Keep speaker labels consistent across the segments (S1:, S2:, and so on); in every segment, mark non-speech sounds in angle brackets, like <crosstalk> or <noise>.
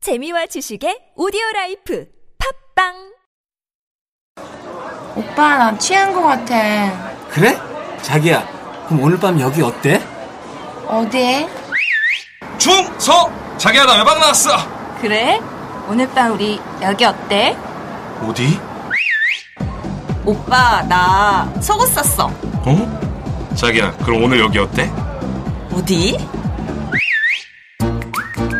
S1: 재미와 지식의 오디오 라이프 팝빵
S2: 오빠 나 취한 거 같아.
S3: 그래? 자기야, 그럼 오늘 밤 여기 어때?
S2: 어디에?
S4: 중서 자기야 나 외박 나왔어
S2: 그래? 오늘 밤 우리 여기 어때?
S4: 어디?
S2: 오빠 나 속옷 샀어.
S4: 어? 자기야 그럼 오늘 여기 어때?
S2: 어디?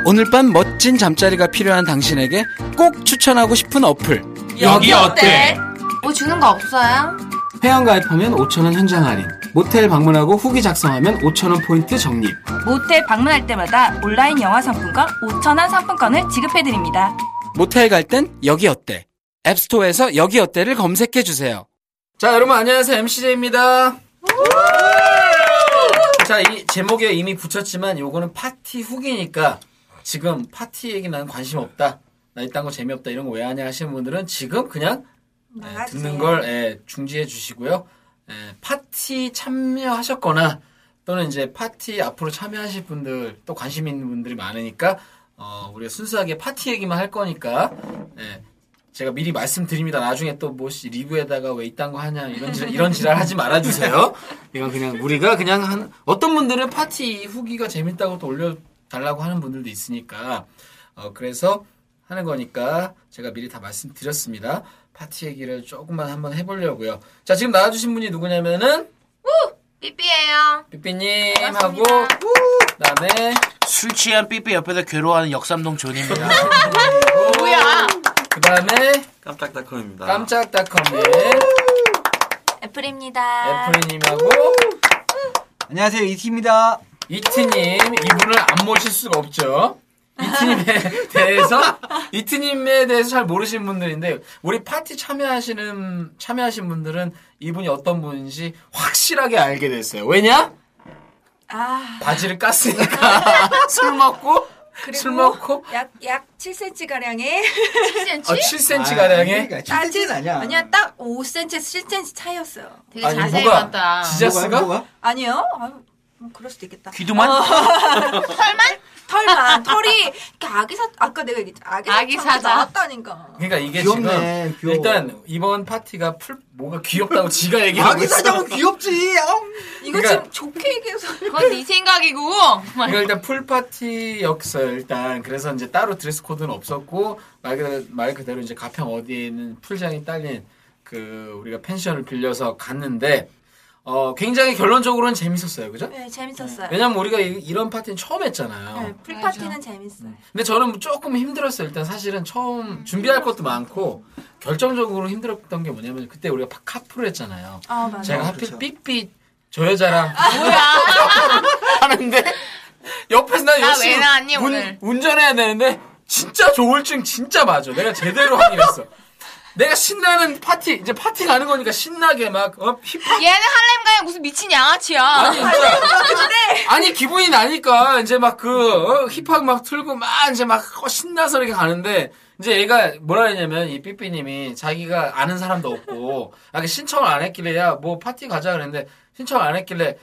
S5: 오늘 밤 멋진 잠자리가 필요한 당신에게 꼭 추천하고 싶은 어플.
S4: 여기
S6: 네.
S4: 어때?
S2: 뭐 주는 거 없어요?
S3: 회원 가입하면 5천원 현장 할인. 모텔 방문하고 후기 작성하면 5천원 포인트 적립.
S6: 모텔 방문할 때마다 온라인 영화 상품권 5천원 상품권을 지급해드립니다.
S5: 모텔 갈 땐 여기 어때? 앱스토어에서 여기 어때를 검색해 주세요.
S7: 자, 여러분 안녕하세요. MCJ입니다. 자, 이 제목에 이미 붙였지만 요거는 파티 후기니까 지금 파티 얘기 나는 관심 없다. 나 이딴 거 재미없다. 이런 거 왜 하냐 하시는 분들은 지금 그냥 예, 듣는 걸 예, 중지해 주시고요. 예, 파티 참여하셨거나 또는 이제 파티 앞으로 참여하실 분들 또 관심 있는 분들이 많으니까 어, 우리가 순수하게 파티 얘기만 할 거니까 예, 제가 미리 말씀드립니다. 나중에 또 뭐시 리뷰에다가 왜 이딴 거 하냐 이런 지랄, 이런 지랄 하지 말아주세요. 이건 그냥 우리가 그냥 한 어떤 분들은 파티 후기가 재밌다고 또 올려달라고 하는 분들도 있으니까 어, 그래서 하는 거니까 제가 미리 다 말씀드렸습니다. 파티 얘기를 조금만 한번 해보려고요. 자 지금 나와주신 분이 누구냐면은
S2: 삐삐예요.
S7: 삐삐님하고 그다음에
S8: 술 취한 삐삐 옆에서 괴로워하는 역삼동 존입니다.
S2: 뭐야?
S7: 그다음에
S4: 깜짝닷컴입니다
S7: 깜짝닷컴의
S2: 애플입니다.
S7: 애플님하고
S8: 안녕하세요 이티입니다.
S7: 이트님 이분을 안 모실 수가 없죠. 이트님에 <laughs> 대해서 이트님에 대해서 잘 모르시는 분들인데 우리 파티 참여하시는 참여하신 분들은 이분이 어떤 분인지 확실하게 알게 됐어요. 왜냐?
S2: 아.
S7: 바지를 깠으니까 <laughs> 술 먹고 술 먹고
S6: 약, 약 7cm가량의.
S2: 7cm?
S7: 아, 7cm 가량의
S6: 진 아니야. 아니야, 딱 5cm, 7cm 차이였어요.
S2: 되게
S7: 아니,
S2: 자세히
S7: 뭐가-
S2: 봤다.
S7: 지저스가
S6: 아니요? 아유,
S9: 뭐
S6: 음, 그럴 수도 있겠다.
S8: 귀두만
S9: 어.
S6: 털만, 털이, 이렇게 아기사, 아까 내가 얘기했지. 아기사처럼
S2: 아기사자.
S6: 나왔다니까.
S7: 그러니까 이게 지금 일단 이번 파티가 풀 뭐가 귀엽다고 지가 얘기하고
S8: 아기
S7: 있어.
S8: 사장은 귀엽지.
S6: 이거
S7: 그러니까-
S6: 지금 좋게 얘기해서.
S2: 그건 네 생각이고.
S7: 이거 그러니까 일단 풀 파티였어요. 일단 그래서 이제 따로 드레스 코드는 없었고 말 그대로, 말 그대로 이제 가평 어디에 있는 풀장이 딸린 그 우리가 펜션을 빌려서 갔는데 어 굉장히 결론적으로는 재밌었어요, 그죠?
S6: 네, 재밌었어요.
S7: 왜냐면 우리가 이- 이런 파티는 처음 했잖아요.
S6: 네, 풀파티는 재밌어요.
S7: 근데 저는 조금 힘들었어요. 일단 사실은 처음 준비할 것도 많고 결정적으로 힘들었던 게 뭐냐면 그때 우리가 파- 카풀을 했잖아요.
S6: 아, 맞아.
S7: 제가 하필 삐삐 저 여자랑
S2: 아,
S7: <laughs> 하는데 옆에서 난
S2: 나
S7: 열심히
S2: 왜 나왔니,
S7: 운-
S2: 오늘?
S7: 운전해야 되는데 진짜 조울증 진짜 맞아. 내가 제대로 확인했어. 내가 신나는 파티 이제 파티 가는 거니까 신나게 막 어, 힙합
S2: 얘는 할렘 가야 무슨 미친 양아치야.
S7: 아니 진짜 아니 기분이 나니까 이제 막 그 힙합 막 틀고 막 이제 막 어, 신나서 이렇게 가는데 이제 얘가 뭐라 했냐면 이 삐삐님이 자기가 아는 사람도 없고 아, 그 신청을 안 했길래 야 뭐 파티 가자 그랬는데 신청을 안 했길래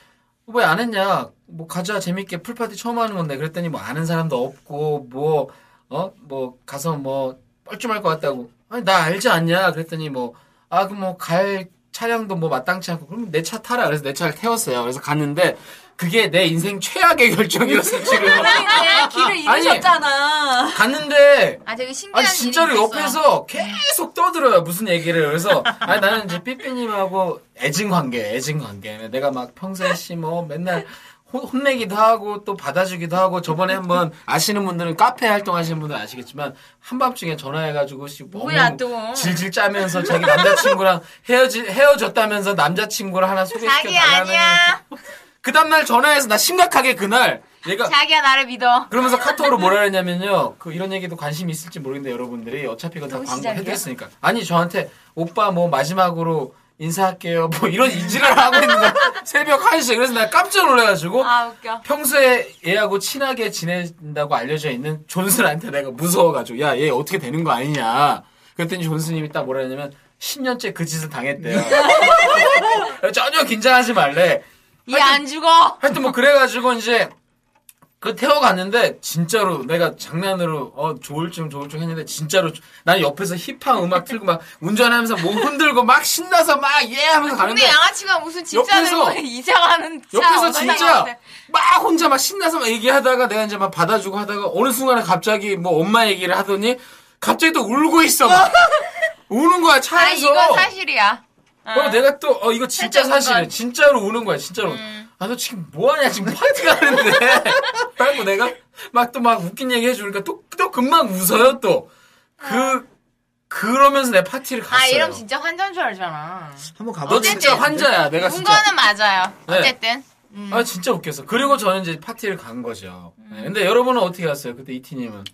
S7: 왜 안 했냐 뭐 가자 재밌게 풀파티 처음 하는 건데 그랬더니 뭐 아는 사람도 없고 뭐 어 뭐 가서 뭐 뻘쭘할 것 같다고 아니 나 알지 않냐 그랬더니 뭐 아 그 뭐 갈 차량도 뭐 마땅치 않고 그럼 내 차 타라 그래서 내 차를 태웠어요 그래서 갔는데 그게 내 인생 최악의 <laughs> 결정이었어 지금
S6: 네, 길을
S7: 아니.
S6: 잃으셨잖아.
S7: <laughs> 갔는데
S2: 아, 되게 신기한
S7: 아니
S2: 일이
S7: 진짜로
S2: 있었어.
S7: 옆에서 계속 떠들어요 무슨 얘기를 그래서 아니 나는 이제 삐삐님하고 애증 관계 애증 관계 내가 막 평소에 씨뭐 맨날 혼- 혼내기도 하고 또 받아주기도 하고 저번에 한번 아시는 분들은 카페 활동하시는 분들 아시겠지만 한밤중에 전화해가지고 씨
S2: 뭐야,
S7: 너무
S2: 또.
S7: 질질 짜면서 자기 남자친구랑 헤어지 헤어졌다면서 남자친구를 하나 소개시켜
S2: 자기
S7: 달라는
S2: 아니야.
S7: 그 다음날 전화해서 나 심각하게 그날 얘가
S2: 자기야, 나를 믿어.
S7: 그러면서 카톡으로 뭐라 했냐면요. 그 이런 얘기도 관심이 있을지 모르겠는데 여러분들이 어차피 그건 다 광고해드렸으니까. 아니 저한테 오빠 뭐 마지막으로 인사할게요. 뭐 이런 이지랄 하고 있는 거야. <laughs> 새벽 1시에. 그래서 나 깜짝 놀라가지고
S2: 아, 웃겨.
S7: 평소에 얘하고 친하게 지낸다고 알려져 있는 존슨한테 내가 무서워가지고 야 얘 어떻게 되는 거 아니냐. 그랬더니 존슨님이 딱 뭐라 했냐면 10년째 그 짓을 당했대요. <laughs> 전혀 긴장하지 말래.
S2: 얘 안 죽어.
S7: 하여튼 뭐 그래가지고 이제 그 태워갔는데 진짜로 내가 장난으로 어 좋을쯤 좋을쯤 했는데 진짜로 조- 난 옆에서 힙한 음악 틀고 막 운전하면서 몸 흔들고 막 신나서 막 예 하면서 가는데
S2: 근데 양아치가 무슨 진짜는
S7: 옆에서-
S2: 뭐 <laughs> 이상하는
S7: 옆에서 진짜 막 혼자 막 신나서 막 얘기하다가 내가 이제 막 받아주고 하다가 어느 순간에 갑자기 뭐 엄마 얘기를 하더니 갑자기 또 울고
S2: <laughs>
S7: 있어. 막. 우는 거야
S2: 아
S7: 차에서.
S2: 이건 사실이야. 아.
S7: 어, 내가 또, 어, 이거 진짜
S2: 살짝 음.
S7: 사실이야.
S2: 뭔가-
S7: 진짜로 우는 거야, 진짜로. 아, 너 지금 뭐하냐, 지금 파티 가는데.
S2: <laughs>
S7: 그래갖고 내가 막 또 막 웃긴 얘기 해주니까 또, 또 금방 웃어요, 또. 그, 그러면서 내 파티를 갔어요.
S2: 아 이러면 진짜 환전 줄 알잖아.
S5: 한번 가봐.
S7: 너 진짜
S2: 어쨌든
S7: 환자야, 내가 진짜.
S2: 문과는 맞아요.
S7: 네.
S2: 어쨌든
S10: 음.
S7: 아, 진짜 웃겼어. 그리고 저는 이제 파티를 간 거죠. 네, 근데 여러분은 어떻게 갔어요, 그때 이티님은?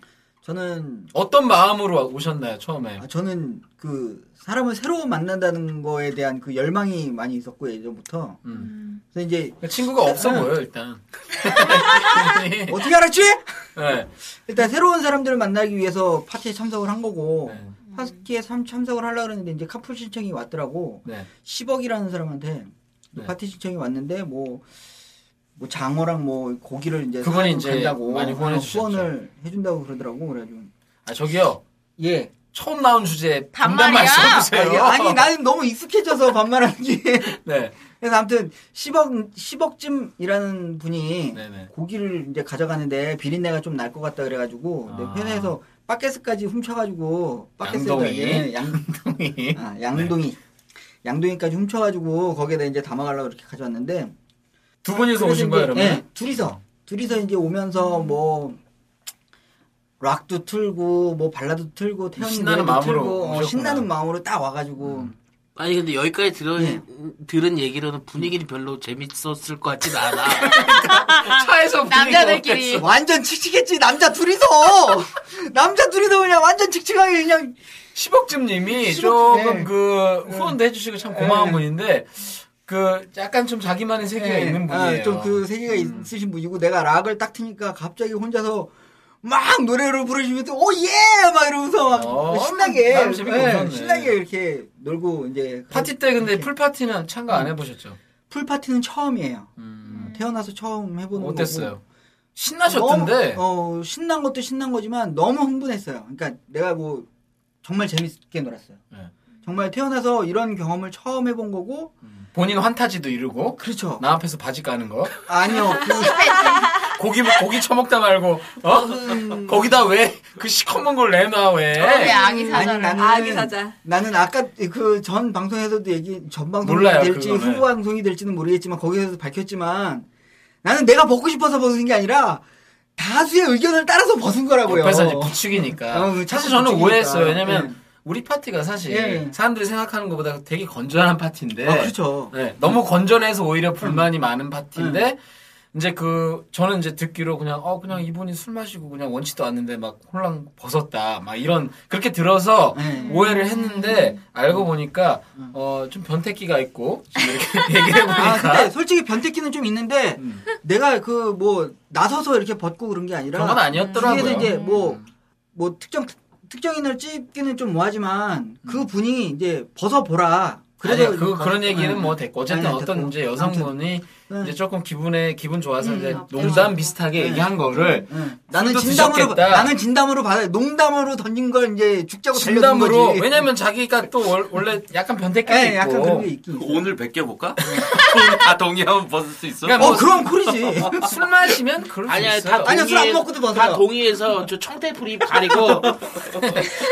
S10: 저는
S7: 어떤 마음으로 오셨나요, 처음에?
S10: 아, 저는 그 사람을 새로 만난다는 거에 대한 그 열망이 많이 있었고 예전부터.
S7: 음.
S10: 그래서 이제
S7: 그러니까 친구가 없어 보여,
S10: <laughs>
S7: 일단.
S10: 어떻게 알았지?
S7: 네.
S10: 일단 새로운 사람들을 만나기 위해서 파티에 참석을 한 거고
S7: 네.
S10: 파티에 참, 참석을 하려고 했는데 이제 카풀 신청이 왔더라고.
S7: 네.
S10: 10억이라는 사람한테
S7: 네.
S10: 파티 신청이 왔는데 뭐, 뭐 장어랑 뭐 고기를 이제
S7: 그분이
S10: 사가지고
S7: 이제
S10: 간다고
S7: 많이 후원해
S10: 어,
S7: 주셨죠.
S10: 후원을 해준다고 그러더라고 그래가지고
S7: 아, 저기요.
S10: 예
S7: 처음 나온 주제에
S2: 반말이야?
S7: 반말 써주세요.
S10: 아니 나는 너무 익숙해져서 반말하는지
S7: <laughs> 네.
S10: 그래서 아무튼 10억 10억쯤이라는 분이
S7: 네네.
S10: 고기를 이제 가져가는데 비린내가 좀 날 것 같다 그래가지고 내
S7: 아.
S10: 회사에서 바켓스까지 훔쳐가지고 바켓에다
S7: 양동이.
S10: 예, 양,
S7: 동이. 네.
S10: 아, 양동이 양동이까지 훔쳐가지고 거기에다 이제 담아가려고 이렇게 가져왔는데
S7: 두 분이서
S10: 그래서
S7: 오신 거예요,
S10: 이제,
S7: 그러면?
S10: 예, 둘이서 둘이서 이제 오면서 뭐 락도 틀고 뭐 발라드 틀고 태연이
S7: 신나는
S10: 노래도
S7: 마음으로
S10: 틀고 어,
S7: 오셨구나.
S10: 신나는 마음으로 딱 와가지고
S8: <laughs> 아니 근데 여기까지 들은
S10: 예.
S8: 들은 얘기로는 분위기는 별로 재밌었을 것 같진 <laughs> 않아.
S7: 차에서
S2: 남자들끼리
S10: 완전 칙칙했지 남자 둘이서 <laughs> 남자 둘이서 그냥 완전 칙칙하게 그냥
S7: 10억쯤님이
S10: 시벅-
S7: 조금
S10: 네.
S7: 그 후원도 해주시고 참 고마운
S10: 네.
S7: 분인데 그 약간 좀 자기만의 세계가 있는 분이에요.
S10: 예. 아,
S7: 음.
S10: 좀그 세계가 있으신 분이고 내가 락을 딱 트니까 갑자기 혼자서 막 노래를 부르시면서 오예 막 이러면서 막
S7: 어,
S10: 신나게
S7: 나름 재밌게
S10: 예,
S7: 웃었네.
S10: 신나게 이렇게 놀고 이제
S7: 파티 때 근데 풀 파티는 참가 안 해보셨죠?
S10: 풀 파티는 처음이에요.
S7: 음.
S10: 태어나서 처음 해보는 거고.
S7: 어땠어요? 신나셨던데.
S10: 너무, 어, 신난 것도 신난 거지만 너무 흥분했어요. 그러니까 내가 뭐 정말 재밌게 놀았어요.
S7: 네.
S10: 정말 태어나서 이런 경험을 처음 해본 거고
S7: 본인 환타지도 이루고
S10: 그렇죠.
S7: 나 앞에서 바지 까는 거
S10: 아니요. 그
S7: 고기 고기 처먹다 말고 어 거기다 왜 그 시커먼 걸 내놔
S2: 왜
S7: 왜?
S2: 네. 아기
S10: 그,
S2: 사자?
S10: 아니 나는
S6: 아기 사자.
S10: 나는 아까 그 전 방송에서도 얘기 전 방송이
S7: 몰라요,
S10: 될지
S7: 그거는.
S10: 후보 방송이 될지는 모르겠지만 거기에서 밝혔지만 나는 내가 벗고 싶어서 벗은 게 아니라 다수의 의견을 따라서 벗은 거라고요.
S7: 옆에서 이제 부추기니까.
S10: 어, 그
S7: 사실
S10: 자꾸
S7: 저는
S10: 부추기니까.
S7: 오해했어요. 왜냐면
S10: 예.
S7: 우리 파티가 사실
S10: 예, 예.
S7: 사람들이 생각하는 것보다 되게 건전한 파티인데.
S10: 아, 그렇죠.
S7: 네, 너무 건전해서 오히려 불만이 많은 파티인데
S10: 음.
S7: 이제 그 저는 이제 듣기로 그냥 어 그냥 이분이 술 마시고 그냥 원치도 않는데 막 홀랑 벗었다 막 이런 그렇게 들어서
S10: 네. 음.
S7: 오해를 했는데 알고 보니까 어 좀 변태기가 있고 지금 이렇게 <laughs> 얘기해 보니까
S10: 아, 근데 솔직히 변태기는 좀 있는데
S7: 그러니까. 음.
S10: 내가 그 뭐 나서서 이렇게 벗고 그런 게 아니라
S7: 그런 건 아니었더라고요. 음.
S10: 뒤에서 이제 뭐 뭐 특정 특정인을 찝기는 좀 뭐하지만 그 분이 이제 벗어 보라.
S7: 그래서 그 그런 얘기는
S10: 네.
S7: 뭐 됐고 어쨌든
S10: 아니,
S7: 어떤
S10: 됐고.
S7: 이제 여성분이
S10: 네.
S7: 이제 조금 기분에 기분 좋아서 이제
S10: 음.
S7: 농담 비슷하게 얘기한 거를
S10: 응. 나는
S7: 술도
S10: 진담으로
S7: 드셨겠다.
S10: 나는 진담으로 받아 농담으로 던진 걸 이제 죽자고 어, 달려든
S7: 진담으로
S10: 거지.
S7: 왜냐면 자기가 또 월- 원래 약간 변태끼도
S10: 예,
S7: 있고
S10: 약간 그런 게 있긴. 있어.
S5: 오늘 벗겨볼까? 다 동의 한번 벗을 수 있어?
S7: 그러니까
S10: 어
S7: 뭐 <laughs>
S10: 그럼 쿨이지.
S7: 술 마시면 그럴 수
S8: 아니야
S7: 있어요.
S8: 다
S10: 아니야, 술안
S8: 동의해-
S10: 먹고도 벗어요.
S8: 다 동의해서 저 청태풀이 가리고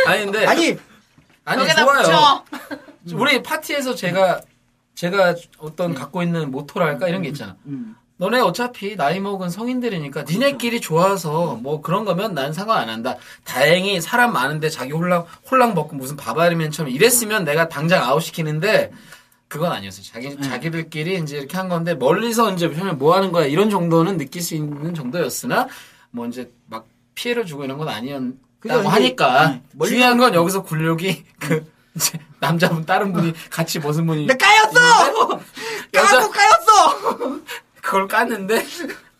S7: 아니 근데 아니
S10: 아니
S2: 여기다
S7: 좋아요.
S2: 붙여.
S7: 우리 파티에서 제가 제가 어떤 갖고 있는 모토랄까 이런 게 있잖아.
S10: 음.
S7: 너네 어차피 나이 먹은 성인들이니까 니네끼리 좋아서 뭐 그런 거면 난 상관 안 한다. 다행히 사람 많은데 자기 홀랑 홀랑 벗고 무슨 바바리맨처럼 이랬으면 내가 당장 아웃 시키는데 그건 아니었어요. 자기
S10: 네.
S7: 자기들끼리 이제 이렇게 한 건데 멀리서 이제 보면 뭐 하는 거야 이런 정도는 느낄 수 있는 정도였으나 뭐 이제 막 피해를 주고 이런 건 아니었다고
S10: 그죠, 이제,
S7: 하니까
S10: 네, 멀리서-
S7: 중요한 건 여기서 굴욕이 <laughs> 그 이제 남자분 다른 분이 같이 벗은 분이
S10: 나 까였어.
S7: 네. 여자-
S10: 까고 까였어.
S7: 그걸 <laughs> 깠는데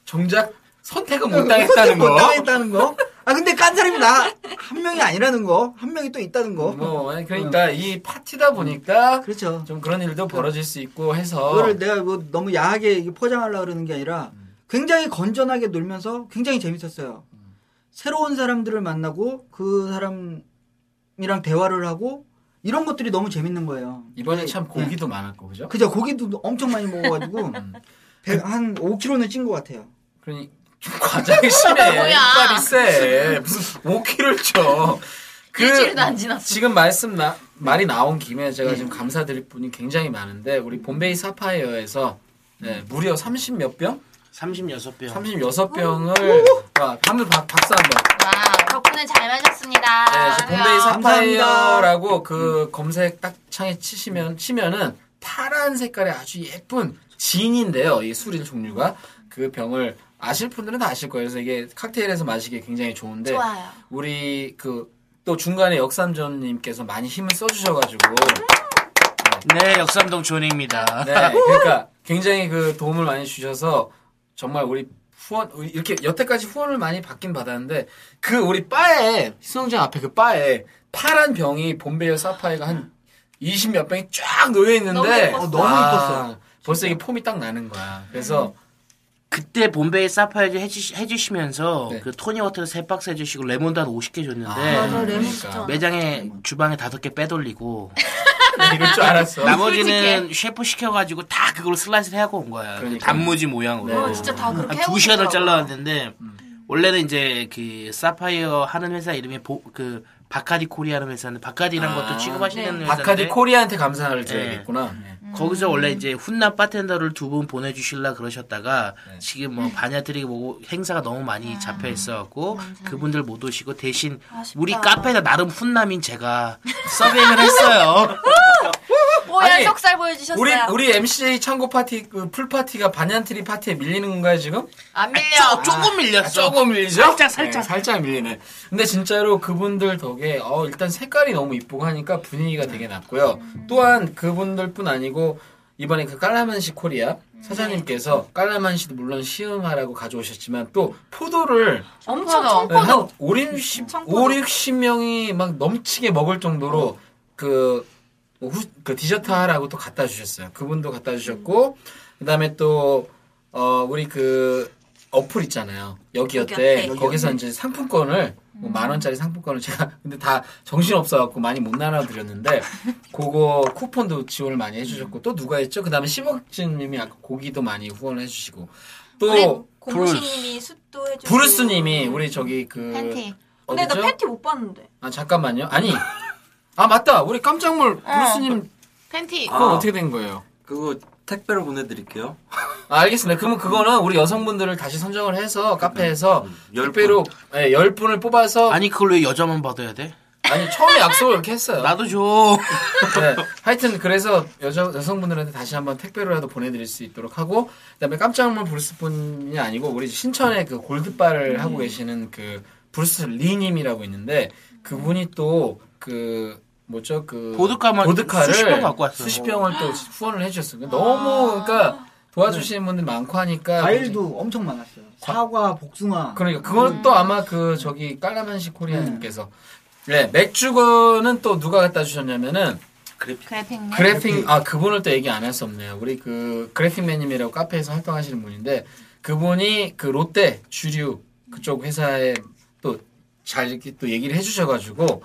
S7: 정작 선택은 못 당했다는
S10: <laughs> 못
S7: 거.
S10: 당했다는 거. 아 근데 깐 사람이 나 한 명이 아니라는 거, 한 명이 또 있다는 거.
S7: 뭐 아니, 그러니까 이 파티다 보니까
S10: 그렇죠.
S7: 좀 그런 일도 벌어질 수 있고 해서
S10: 그거를 내가 뭐 너무 야하게 이게 포장하려고 그러는 게 아니라 굉장히 건전하게 놀면서 굉장히 재밌었어요. 새로운 사람들을 만나고 그 사람이랑 대화를 하고 이런 것들이 너무 재밌는 거예요.
S7: 이번에 참
S10: 네.
S7: 고기도 음. 많았고 그죠?
S10: 그죠 고기도 엄청 많이
S7: <laughs>
S10: 먹어가지고 배- 한 5kg는 찐 것 같아요.
S7: 그러니 좀 과장이 심해.
S11: <laughs> 뭐야.
S7: 이빨이 세. 무슨 5kg를 쳐.
S11: <laughs>
S7: 그
S11: 일주일도 안 지났어.
S7: 지금 말씀 나, 말이 나온 김에 제가 지금 감사드릴 분이 굉장히 많은데 우리 본베이 사파이어에서 네, 무려 30 몇 병?
S8: 36병.
S7: 36병을 와, 방금 박, 박수 한 번.
S2: 아,
S11: 와, 덕분에 잘 마셨습니다.
S7: 네, 지금 본베이
S10: 감사합니다.
S7: 사파이어라고 그 검색 딱 창에 치시면 치면은 파란 색깔의 아주 예쁜 진인데요. 이 술인 종류가 그 병을 아실 분들은 다 아실 거예요. 그래서 이게 칵테일에서 마시기 굉장히 좋은데
S11: 좋아요.
S7: 우리 그 또 중간에 역삼전님께서 많이 힘을 써주셔가지고
S11: 음.
S8: 네, 역삼동 존입니다.
S7: 네 그러니까 굉장히 그 도움을 많이 주셔서 정말 우리 후원 우리 이렇게 여태까지 후원을 많이 받긴 받았는데 그 우리 바에 신성장 앞에 그 바에 파란 병이 봄베어 사파이가 한 20 몇 병이 쫙 놓여
S11: 너무
S7: 있는데 아,
S11: 예뻤어.
S10: 어, 너무 예뻤어요.
S7: 벌써 이게 폼이 딱 나는 거야. 그래서
S8: <laughs> 그때 본베이 사파이를 해주, 해주시면서
S7: 네.
S8: 그 토니 워터를 세 박스 해주시고 레몬도 한 50개 줬는데
S11: 음. 맞아, 레몬
S7: 그러니까.
S11: 추천.
S8: 매장에 주방에 다섯 개 빼돌리고
S7: <laughs> 이럴 줄 알았어.
S8: 나머지는 셰프 시켜가지고 다 그걸로 슬라이스를 해갖고 온 거야.
S7: 그러니까.
S8: 단무지 모양으로.
S11: 어, 진짜 다 그렇게
S8: 한
S11: 해오시더라고요.
S8: 두 시간을 잘라왔는데
S7: 음.
S8: 원래는 이제 그 사파이어 하는 회사 이름이 보, 그 바카디 코리아라는 회사인데 바카디란
S7: 아,
S8: 것도
S11: 네.
S8: 취급하시는 회사인데 네.
S7: 바카디 코리아한테 감사를 드려야겠구나.
S11: 음.
S8: 거기서 원래 이제 훈남 바텐더를 두 분 보내주실라 그러셨다가
S7: 네.
S8: 지금
S11: 네.
S8: 뭐 반야드리고 뭐고 행사가 너무 많이 잡혀 있어갖고
S11: 네.
S8: 그분들 못 오시고 대신
S11: 아,
S8: 우리 카페에다 나름 훈남인 제가 서빙을 했어요.
S11: 뽀얀
S7: 아니,
S11: 속살 보여주셨어요.
S7: 우리 우리 MCJ 창고 파티 그풀 파티가 반얀트리 파티에 밀리는 건가요 지금?
S11: 안
S8: 조-
S11: 밀려.
S8: 조금
S7: 아,
S8: 밀렸어.
S7: 조금 밀리죠?
S8: 살짝, 살짝.
S7: 네, 살짝 밀리네. 근데 진짜로 그분들 덕에 어, 일단 색깔이 너무 이쁘고 하니까 분위기가 되게 났고요. 또한 그분들뿐 아니고 이번에 그 깔라만시 코리아
S8: 네.
S7: 사장님께서 깔라만시도 물론 시음하라고 가져오셨지만 또 포도를
S11: 엄청
S7: 네,
S11: 청포도.
S7: 한 5, 60, 5, 60명이 막 넘치게 먹을 정도로 그, 뭐 후- 그 디저트 하라고 또 갖다 주셨어요. 그분도 갖다 주셨고, 그 다음에 또, 어, 우리 그 어플 있잖아요. 여기 어때? 거기서 이제 상품권을, 뭐만 원짜리 상품권을 제가 <laughs> 근데 다 정신 없어갖고 많이 못 <laughs> 나눠드렸는데 그거 쿠폰도 지원을 많이 해주셨고 또 누가 했죠? 그 다음에 심억진님이 아까 고기도 많이 후원을 해주시고
S11: 우리
S7: 또
S11: 고무신님이 숯도 해주고.
S7: 어, 브루스님이 우리 저기 그
S11: 팬티.
S6: 근데 나
S7: 어디죠?
S6: 팬티 못 봤는데.
S7: 아 잠깐만요. 아니 아 맞다. 우리 깜짝몰
S6: 네.
S7: 브루스님
S11: 팬티.
S7: 그건 어떻게 된 거예요?
S5: 아. 그거 택배로 보내드릴게요.
S7: 아, 알겠습니다. 그러면 그거는 우리 여성분들을 다시 선정을 해서 카페에서
S5: 음, 열
S7: 택배로 예, 열 분을 뽑아서 아니,
S8: 아니 그걸 왜 여자만 받아야 돼?
S7: 처음에 약속을 이렇게 했어요.
S8: 나도 줘.
S7: 네. 하여튼 그래서 여자 여성분들한테 다시 한번 택배로라도 보내드릴 수 있도록 하고 그다음에 깜짝몰 브루스뿐이 아니고 우리 신천에 그
S8: 음.
S7: 골드바를 하고 계시는 그 브루스 리님이라고 있는데 그분이 또 그 뭐죠 그
S8: 보드카만
S7: 보드카를
S8: 수십 병 갖고 왔어요.
S7: 수십 병을 또 후원을 해주셨어요. 너무 그러니까 도와주시는 분들 많고 하니까
S10: 과일도 엄청 많았어요. 사과, 복숭아.
S7: 아, 그러니까 그건 또 아마 그 저기 깔라만시
S8: 음.
S7: 코리아님께서 네 맥주거는 또 누가 갖다 주셨냐면은
S11: 그래픽.
S7: 그래핑 아 그분을 또 얘기 안 할 수 없네요. 우리 그 그래핑맨님이라고 카페에서 활동하시는 분인데 그분이 그 롯데 주류 그쪽 회사에 또 잘 이렇게 또 얘기를 해주셔가지고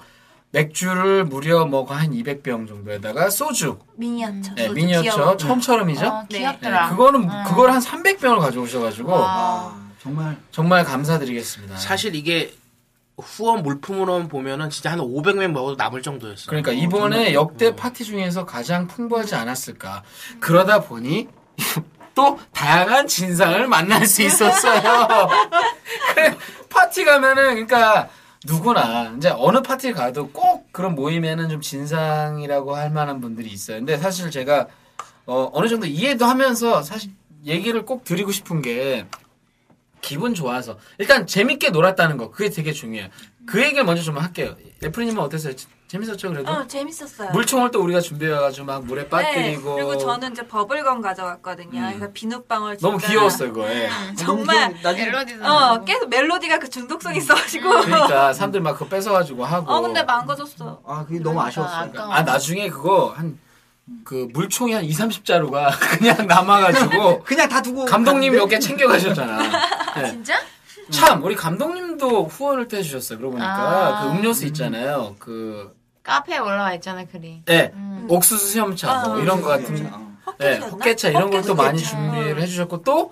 S7: 맥주를 무려 뭐 한 200병 정도에다가 소주
S11: 미니어처.
S7: 네,
S11: 소주
S7: 미니어처
S11: 귀여워.
S7: 처음처럼이죠.
S11: 어,
S7: 네,
S11: 귀엽더라. 음.
S7: 그거는 그걸 한 300병을 가져오셔가지고
S10: 아, 정말
S7: 정말 감사드리겠습니다.
S8: 사실 이게 후원 물품으로만 보면은 진짜 한 500명 먹어도 남을 정도였어.
S7: 그러니까 이번에 역대 파티 중에서 가장 풍부하지 않았을까. 그러다 보니 <laughs> 또 다양한 진상을 만날 수 있었어요. <laughs> 그래, 파티 가면은 그러니까 누구나 이제 어느 파티 가도 꼭 그런 모임에는 좀 진상이라고 할 만한 분들이 있어요. 근데 사실 제가 어, 어느 정도 이해도 하면서 사실 얘기를 꼭 드리고 싶은 게 기분 좋아서 일단 재밌게 놀았다는 거 그게 되게 중요해요. 그 얘기를 먼저 좀 할게요. 예프리님은 어땠어요? 재- 재밌었죠 그래도?
S6: 어, 재밌었어요. 네.
S7: 물총을 또 우리가 준비해가지고 막 물에 빠뜨리고 음.
S6: 그리고 저는 이제 버블건 가져왔거든요. 그래서 비눗방울
S7: 너무
S6: 진짜
S7: 귀여웠어 이거. 예.
S6: 정말
S11: 멜로디도.
S6: 어 계속 멜로디가 그 중독성 있어가지고
S7: 그러니까 사람들 막 그거 뺏어가지고 하고.
S6: 어 근데 망가졌어.
S10: 아 그게 너무 아쉬웠어요.
S11: 아까워.
S7: 아 나중에 그거 한 그 물총이 한 2, 30자루가 <laughs> 그냥 남아가지고
S10: 그냥 다 두고
S7: 감독님 몇
S10: 갔는데
S7: 개 챙겨가셨잖아. 네.
S11: 진짜?
S7: 참 우리 감독님도 후원을 또 해주셨어요. 그러고 보니까
S11: 아.
S7: 그 음료수 있잖아요. 그
S11: 카페에 올라와 있잖아 글이.
S7: 예,
S11: 음.
S7: 옥수수 수염차 뭐
S11: 아,
S7: 이런 거 같은
S10: 수염차, 어.
S7: 예,
S11: 헛개차였나?
S7: 헛개차 이런 걸 또
S11: 헛개차.
S7: 많이 준비를 해주셨고 뭐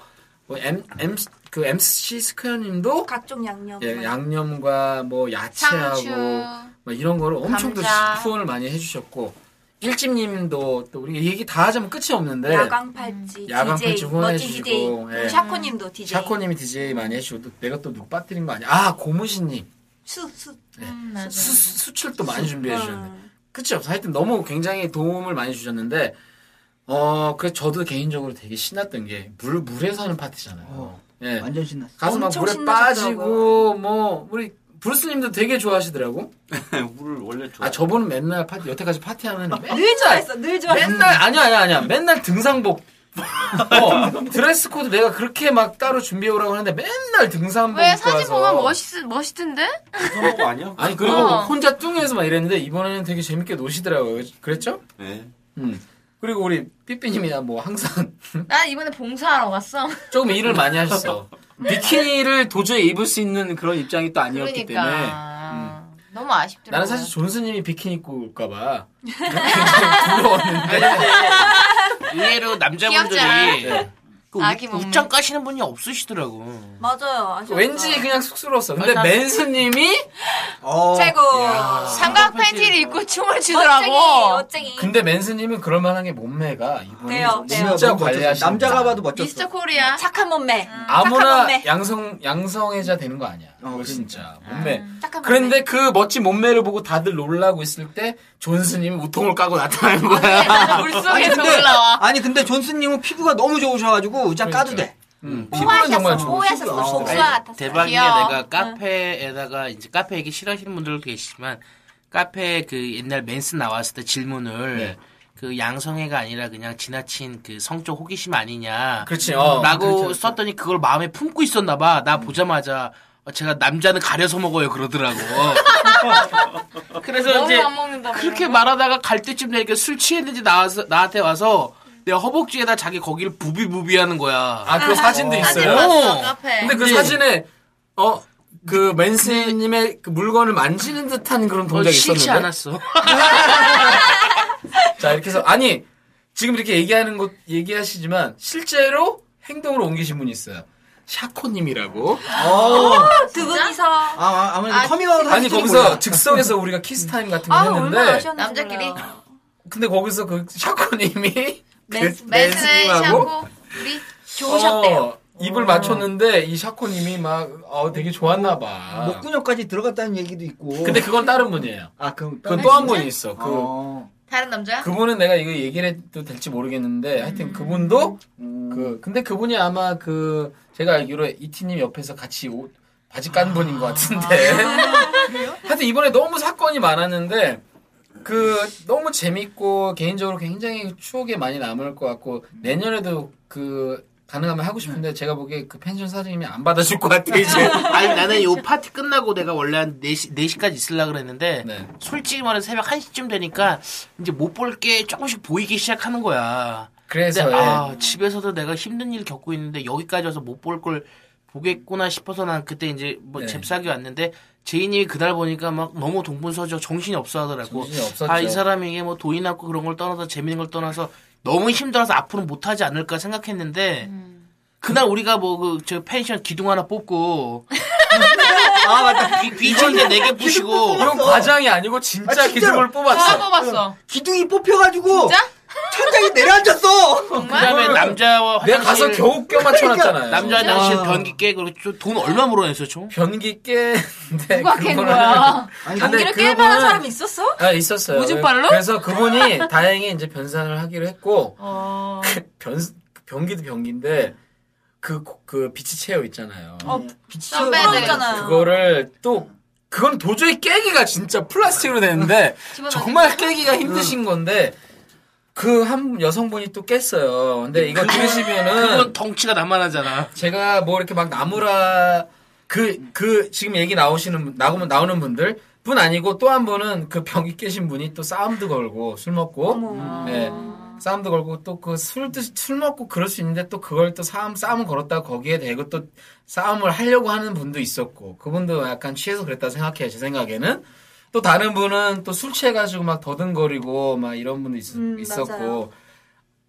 S7: 또뭐엠엠그 MC 스퀘어님도
S9: 각종 양념.
S7: 예, 양념과 뭐 야채하고
S11: 음. 상추.
S7: 막 이런 거를 엄청 또
S11: 감자.
S7: 후원을 많이 해주셨고 일집님도 또 우리 얘기 다 하자면 끝이 없는데
S9: 야광 팔찌,
S7: 네. 야광
S9: DJ,
S7: 팔찌
S6: 뭐,
S7: 후원해
S9: 멋진
S7: 주시고,
S9: DJ,
S7: 예.
S9: 우리 샤코님도 DJ,
S7: 샤코님이 DJ 많이 해주시고 또 내가 또 누구 빠뜨린 거 아니야? 아 고무신님
S9: 수, 수,
S11: 음, 맞아.
S7: 수, 수출 도 많이 준비해 주셨네.
S9: 음.
S7: 끝이 없어. 하여튼 너무 굉장히 도움을 많이 주셨는데 어 그래서 저도 개인적으로 되게 신났던 게 물 물에서 하는 파티잖아요. 예.
S10: 어, 완전 신났어.
S7: 가서 막
S9: 엄청
S7: 물에
S9: 신나셨더라고요.
S7: 빠지고 뭐 우리 브루스님도 되게 좋아하시더라고.
S5: <laughs> 물을 원래 좋아.
S7: 아 저분은 맨날 파티 여태까지 파티하면 맨-
S9: 늘 좋아했어, 늘 좋아했어.
S7: 맨날 아니야 아니야 아니야 맨날
S9: <laughs>
S7: 등산복. 어, 드레스 코드 내가 그렇게 막 따로 준비해 오라고 하는데 맨날 등산복
S11: 왜
S7: 입고
S11: 사진
S7: 와서.
S11: 보면 멋있 멋있던데?
S5: 선거 아니야?
S7: 아니 그리고
S11: 어.
S7: 혼자 뚱해서 막 이랬는데 이번에는 되게 재밌게 노시더라고요. 그랬죠?
S5: 네.
S7: 음. 그리고 우리 삐삐님이야 뭐 항상 <laughs>
S11: 나 이번에 봉사하러 갔어.
S7: 조금 일을 많이
S9: <laughs>
S7: 하셨어.
S5: 비키니를 도저히 입을 수 있는 그런 입장이 또 아니었기
S9: 그러니까.
S5: 때문에.
S11: 그러니까 너무 아쉽더라고.
S7: 나는 사실 존스님이 비키니 입고 올까봐 굉장히 <laughs> 부러웠는데
S8: 의외로 남자분들이
S11: 귀엽잖아.
S7: 네.
S8: 그
S11: 아기
S8: 우-
S11: 먹는.
S8: 웃장 까시는 분이 없으시더라고.
S9: 맞아요. 아쉬웠다.
S7: 왠지 그냥 쑥스러웠어. 근데
S8: 아니, 난-
S7: 맨스님이
S10: 어.
S9: 최고.
S11: 삼각 팬티를 입고 춤을
S9: 멋쟁이,
S11: 추더라고.
S9: 멋쟁이.
S7: 근데 맨스님은 그럴 만한 게 몸매가 이번에
S9: 돼요, 돼요.
S7: 아, 진짜 관리하시
S10: 남자가 봐도 멋졌어.
S11: 미스터 코리아. <laughs>
S9: 착한 몸매. 착한
S7: 아무나
S9: 몸매.
S7: 양성 양성애자 되는 거 아니야.
S10: 어,
S7: 이거
S10: 그러니까.
S7: 진짜 몸매.
S9: 착한
S7: 그런데 그 멋진 몸매를 보고 다들 놀라고 있을 때 존스님이 우통을 까고 나타나는 거야.
S11: 네, 나는 물속에서 올라와.
S10: 아니 근데 존스님은 피부가 너무 좋으셔가지고 의자 까도 돼.
S7: 음, 피부는 정말
S9: 뽀하셨어,
S7: 좋아.
S9: 뽀하셨어.
S10: 좋으시더라고.
S9: 복숭아 같았어.
S8: 대박이야
S11: 귀여워.
S8: 내가 카페에다가 이제 카페 얘기 싫어하시는 분들도 계시지만 카페 그 옛날 맨스 나왔을 때 질문을
S7: 네.
S8: 그 양성애가 아니라 그냥 지나친 그 성적 호기심 아니냐
S7: 그렇지.
S11: 음.
S7: 어.
S8: 라고
S7: 그렇지, 그렇지.
S8: 썼더니 그걸 마음에 품고 있었나 봐. 나 보자마자 어, 제가 남자는 가려서
S11: <laughs>
S8: 먹어요 그러더라고. 그래서
S11: 너무
S8: 이제
S11: 안 먹는다.
S8: 그렇게 말하다가 갈 때쯤 되니까 술 취했는지 나와서 나한테 와서 내 허벅지에다 자기 거기를 부비부비하는 거야.
S7: 아, 그 사진도 있어요.
S11: 봤어 카페.
S7: 근데 그 사진에 어 그 맨스님의 그 물건을 만지는 듯한 그런
S8: 어,
S7: 동작이
S8: 싫지
S7: 있었는데.
S8: 않았어.
S7: 자, 이렇게 해서 아니 지금 이렇게 얘기하는 것 얘기하시지만 실제로 행동으로 옮기신 분이 있어요. 샤코님이라고.
S9: 두 분이서
S10: 어. 아, 아 아무래도
S11: 아,
S10: 커밍아웃
S7: 아니
S10: 하실지
S7: 거기서
S10: 몰라.
S7: 즉석에서 우리가 키스타임 같은 거
S9: 아
S7: 했는데
S9: 얼마나 아쉬웠는지
S11: 남자끼리.
S9: 몰라요.
S7: 근데 거기서 그 샤코님이
S9: 맨스-
S11: 맨스는 샤고 우리 좋으셨대요.
S7: 어, 입을 맞췄는데 이 샤코님이 막 어, 되게 좋았나 봐.
S10: 목구멍까지 들어갔다는 얘기도 있고.
S7: 아. 근데 그건 다른 분이에요.
S10: 아 그럼
S7: 그건 또 한 분이 있어. 그
S10: 어.
S11: 다른 남자야?
S7: 그분은 내가 이거 얘기를 해도 될지 모르겠는데
S10: 음.
S7: 하여튼 그분도 그 근데 그분이 아마 그 제가 알기로 이티님 옆에서 같이 옷 바지
S10: 아.
S7: 깐 분인 것 같은데 <laughs> 하여튼 이번에 너무 사건이 많았는데 그 너무 재밌고 개인적으로 굉장히 추억에 많이 남을 것 같고 내년에도 그 가능하면 하고
S10: 네.
S7: 싶은데 제가 보기에 그 펜션 사장님이 안 받아줄 것 같아 이제
S8: <laughs> 아니 나는 요 파티 끝나고 내가 원래 한 4시, 4시까지 있으려고 그랬는데
S7: 네.
S8: 솔직히 말해서 새벽 1시쯤 되니까 이제 못 볼 게 조금씩 보이기 시작하는 거야. 근데
S7: 그래서 예.
S8: 아 집에서도 내가 힘든 일 겪고 있는데 여기까지 와서 못 볼 걸 보겠구나 싶어서 난 그때 이제 뭐
S7: 네.
S8: 잽싸게 왔는데 제인이 그날 보니까 막 너무 동분서져 정신이 없어 하더라고.
S7: 정신이 없었죠.
S8: 아 이 사람이 이게 뭐 돈이 남고 그런 걸 떠나서 재밌는 걸 떠나서 너무 힘들어서 앞으로 못 하지 않을까 생각했는데 그날 우리가 뭐 그 저 펜션 기둥 하나 뽑고
S10: 아 맞다.
S8: 비전대 네개 부시고
S7: 이건 과장이 아니고 진짜
S10: 아, 진짜로?
S11: 다
S7: 기둥을 뽑았어.
S11: 뽑았어.
S10: 기둥이 뽑혀가지고
S11: 진짜?
S10: 천장이 내려앉았어.
S9: <laughs>
S8: 그다음에
S7: 그걸
S8: 남자와
S7: 내가 가서
S8: 화장실
S7: 겨우 껴 맞춰놨잖아요.
S8: 남자 화장실
S10: 아.
S8: 변기 깨 그리고 저돈 얼마 물어냈어 총?
S7: 변기 깨는데
S11: 누가 깬 거야?
S10: 아니
S7: 근데
S9: 연기를
S7: 그분은-
S9: 깰 만한 사람이 있었어?
S7: 아 있었어요.
S11: 오줌발로?
S7: 그래서 그분이 다행히 이제 변상을 하기로 했고 <laughs>
S11: 어.
S7: 변 변기도 변기인데 그 그 비치 체어 있잖아요.
S11: 선배들.
S9: 부러웠잖아요.
S7: 그거를 또 그건 도저히 깨기가 진짜 플라스틱으로 되는데 정말 깨기가 힘드신 건데 그 한 여성분이 또 깼어요. 근데 이거
S8: 그건
S7: 들으시면은
S8: 덩치가 나만하잖아.
S7: 제가 뭐 이렇게 막 나무라 그 그 지금 얘기 나오시는 분- 나오면 나오는 분들 뿐 아니고 또 한 분은 그 병이 깨신 분이 또 싸움도 걸고 술 먹고 예, 싸움도 걸고 또 그 술도 술 먹고 그럴 수 있는데 또 그걸 또 싸움 싸움 걸었다 거기에 대고 또 싸움을 하려고 하는 분도 있었고 그분도 약간 취해서 그랬다 생각해요 제 생각에는 또 다른 분은 또 술 취해가지고 막 더듬거리고 막 이런 분도 있,
S12: 음,
S7: 었고
S12: 맞아요.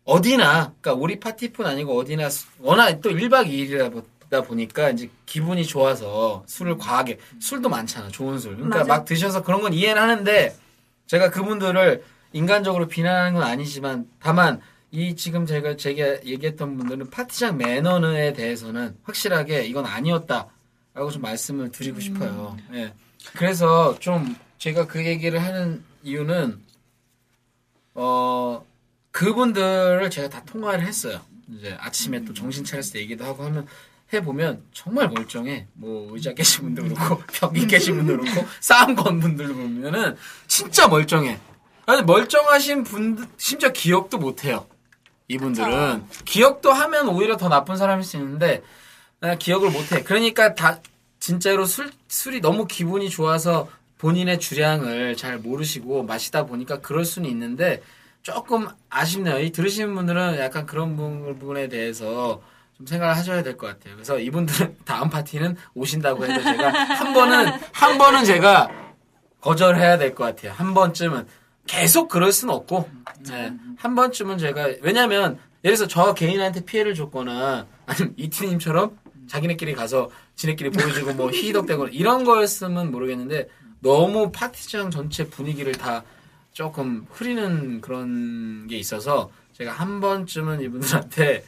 S7: 어디나 그러니까 우리 파티뿐 아니고 어디나 수- 워낙 또 1박 2일이다 보니까 이제 기분이 좋아서 술을 과하게 술도 많잖아 좋은 술 그러니까
S12: 맞아.
S7: 막 드셔서 그런 건 이해는 하는데 제가 그분들을 인간적으로 비난하는 건 아니지만 다만 이 지금 제가 제게 얘기했던 분들은 파티장 매너에 대해서는 확실하게 이건 아니었다라고 좀 말씀을 드리고
S12: 음.
S7: 싶어요. 예. 그래서 좀 제가 그 얘기를 하는 이유는 어 그분들을 제가 다 통화를 했어요. 이제 아침에 또 정신 차렸을 때 얘기도 하고 하면 해보면 정말 멀쩡해. 뭐 의자 깨신 분도 그렇고 <laughs> 벽이 깨신 분도 그렇고 싸움 건 분들도 보면은 진짜 멀쩡해. 아니 멀쩡하신 분들 심지어 기억도 못해요. 이분들은 기억도 하면 오히려 더 나쁜 사람일 수 있는데 아, 기억을 못해. 그러니까 다 진짜로 술 술이 너무 기분이 좋아서 본인의 주량을 잘 모르시고 마시다 보니까 그럴 수는 있는데 조금 아쉽네요. 이 들으시는 분들은 약간 그런 부- 부분에 대해서 좀 생각을 하셔야 될 것 같아요. 그래서 이분들은 <laughs> 다음 파티는 오신다고 해도 제가 한 번은 한 번은 제가 거절해야 될 것 같아요. 한 번쯤은 계속 그럴 수는 없고 네. 한 번쯤은 제가 왜냐면 예를 들어서 저 개인한테 피해를 줬거나 아니면 이티님처럼 자기네끼리 가서 지네끼리 보여주고 뭐 희덕대거나 이런 거였으면 모르겠는데 너무 파티장 전체 분위기를 다 조금 흐리는 그런 게 있어서 제가 한 번쯤은 이분들한테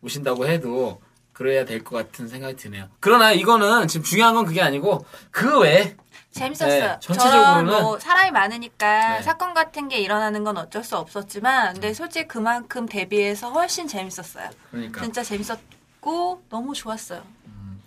S7: 오신다고 해도 그래야 될 것 같은 생각이 드네요. 그러나 이거는 지금 중요한 건 그게 아니고 그 외에
S9: 재밌었어요.
S7: 네,
S9: 저런
S7: 전체적으로는-
S9: 뭐 사람이 많으니까
S7: 네. 음.
S9: 사건 같은 게 일어나는 건 어쩔 수 없었지만, 근데 솔직히 그만큼 대비해서 훨씬 재밌었어요.
S7: 그러니까
S9: 진짜 재밌었고 너무 좋았어요.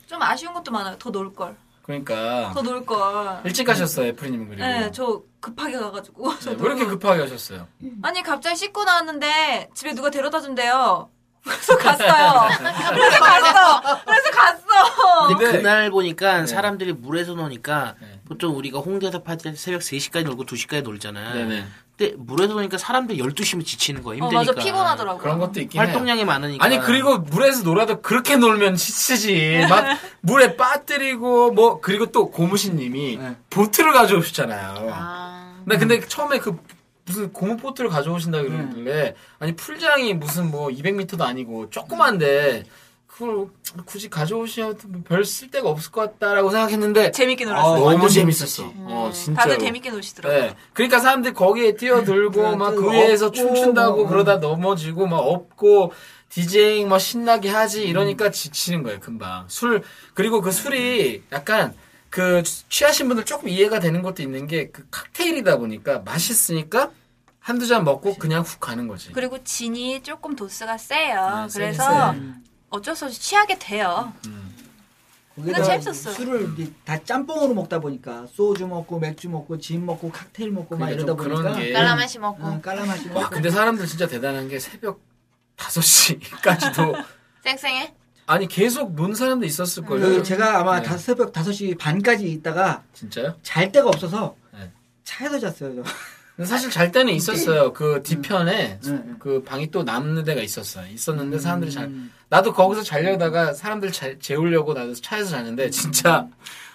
S9: 좀 아쉬운 것도 많아요. 더 놀 걸,
S7: 그러니까
S9: 더 놀 걸.
S7: 일찍 가셨어요, 애플님 그리고
S9: 네, 저 그- 급하게 가가지고.
S7: 네,
S9: 저
S7: 왜 이렇게
S9: 너무-
S7: 급하게 하셨어요?
S9: 아니 갑자기 씻고 나왔는데 집에 누가 데려다 준대요. <laughs> 그래서 갔어요. 그래서 갔어. 그래서 갔어.
S8: 근데 그날 보니까 사람들이 물에서 노니까 보통 우리가 홍대에서 파티할 때 새벽 3시까지 놀고 2시까지 놀잖아요.
S7: 네네.
S8: 근데 물에서 노니까 사람들 12시면 지치는 거야.
S9: 어,
S8: 힘드니까.
S9: 맞아 피곤하더라고.
S7: 그런 것도 있긴
S8: 활동량이
S7: 해요.
S8: 많으니까.
S7: 아니 그리고 물에서 놀아도 그렇게 놀면 지치지. 막
S9: <laughs>
S7: 물에 빠뜨리고 뭐 그리고 또 고무신님이
S8: 네.
S7: 보트를 가져오셨잖아요. 나 근데 처음에 그 무슨 고무 보트를 가져오신다
S9: 네.
S7: 그러길래 아니 풀장이 무슨 뭐 200m도 아니고 조그만데 그걸 굳이 가져오셔도 별 쓸데가 없을 것 같다라고 생각했는데
S9: 재밌게
S7: 어,
S9: 놀았어요.
S7: 너무
S9: 완전
S7: 재밌었어. 어 진짜.
S9: 다들 재밌게 노시더라고요.
S7: 네. 그러니까 사람들이 거기에
S10: 네,
S7: 뛰어들고 막 그 위에서
S10: 뭐.
S7: 춤춘다고 그러다 넘어지고 막 업고 디제잉 막 신나게 하지
S10: 음.
S7: 이러니까 지치는 거예요 금방 술 그리고 그 술이 약간 그 취하신 분들 조금 이해가 되는 것도 있는 게 그 칵테일이다 보니까 맛있으니까 한두 잔 먹고 그냥 훅 가는 거지
S9: 그리고 진이 조금 도스가 세요.
S7: 네,
S9: 아, 그래서
S7: 세긴
S9: 어쩔 수 없이 취하게 돼요. 근데 재밌었어요.
S10: 술을 이제 다 짬뽕으로 먹다 보니까 소주 먹고 맥주 먹고 진 먹고 칵테일 먹고 막
S7: 그러니까
S10: 이러다
S7: 좀 그런
S10: 보니까
S8: 예.
S7: 게-
S11: 깔라맛이 먹고.
S10: 응, 아, 깔라맛이 먹고
S7: 와 근데 사람들 진짜 대단한 게 새벽
S9: <laughs>
S7: 5시까지도
S11: 쌩쌩해?
S7: 아니 계속 논 사람도
S9: 음.
S7: 있었을
S10: 그
S7: 걸요 네.
S10: 제가 아마 다 새벽 5시 반까지 있다가
S7: 진짜요?
S10: 잘 데가 없어서
S7: 네.
S10: 차에서 잤어요. 저.
S7: 근데 사실 잘 때는
S10: 네.
S7: 있었어요. 그 뒤편에 그 방이 또 남는 데가 있었어요. 있었는데 사람들이 잘
S10: 음.
S7: 나도 거기서 자려다가 사람들 잘 재우려고 나도 차에서 자는데 진짜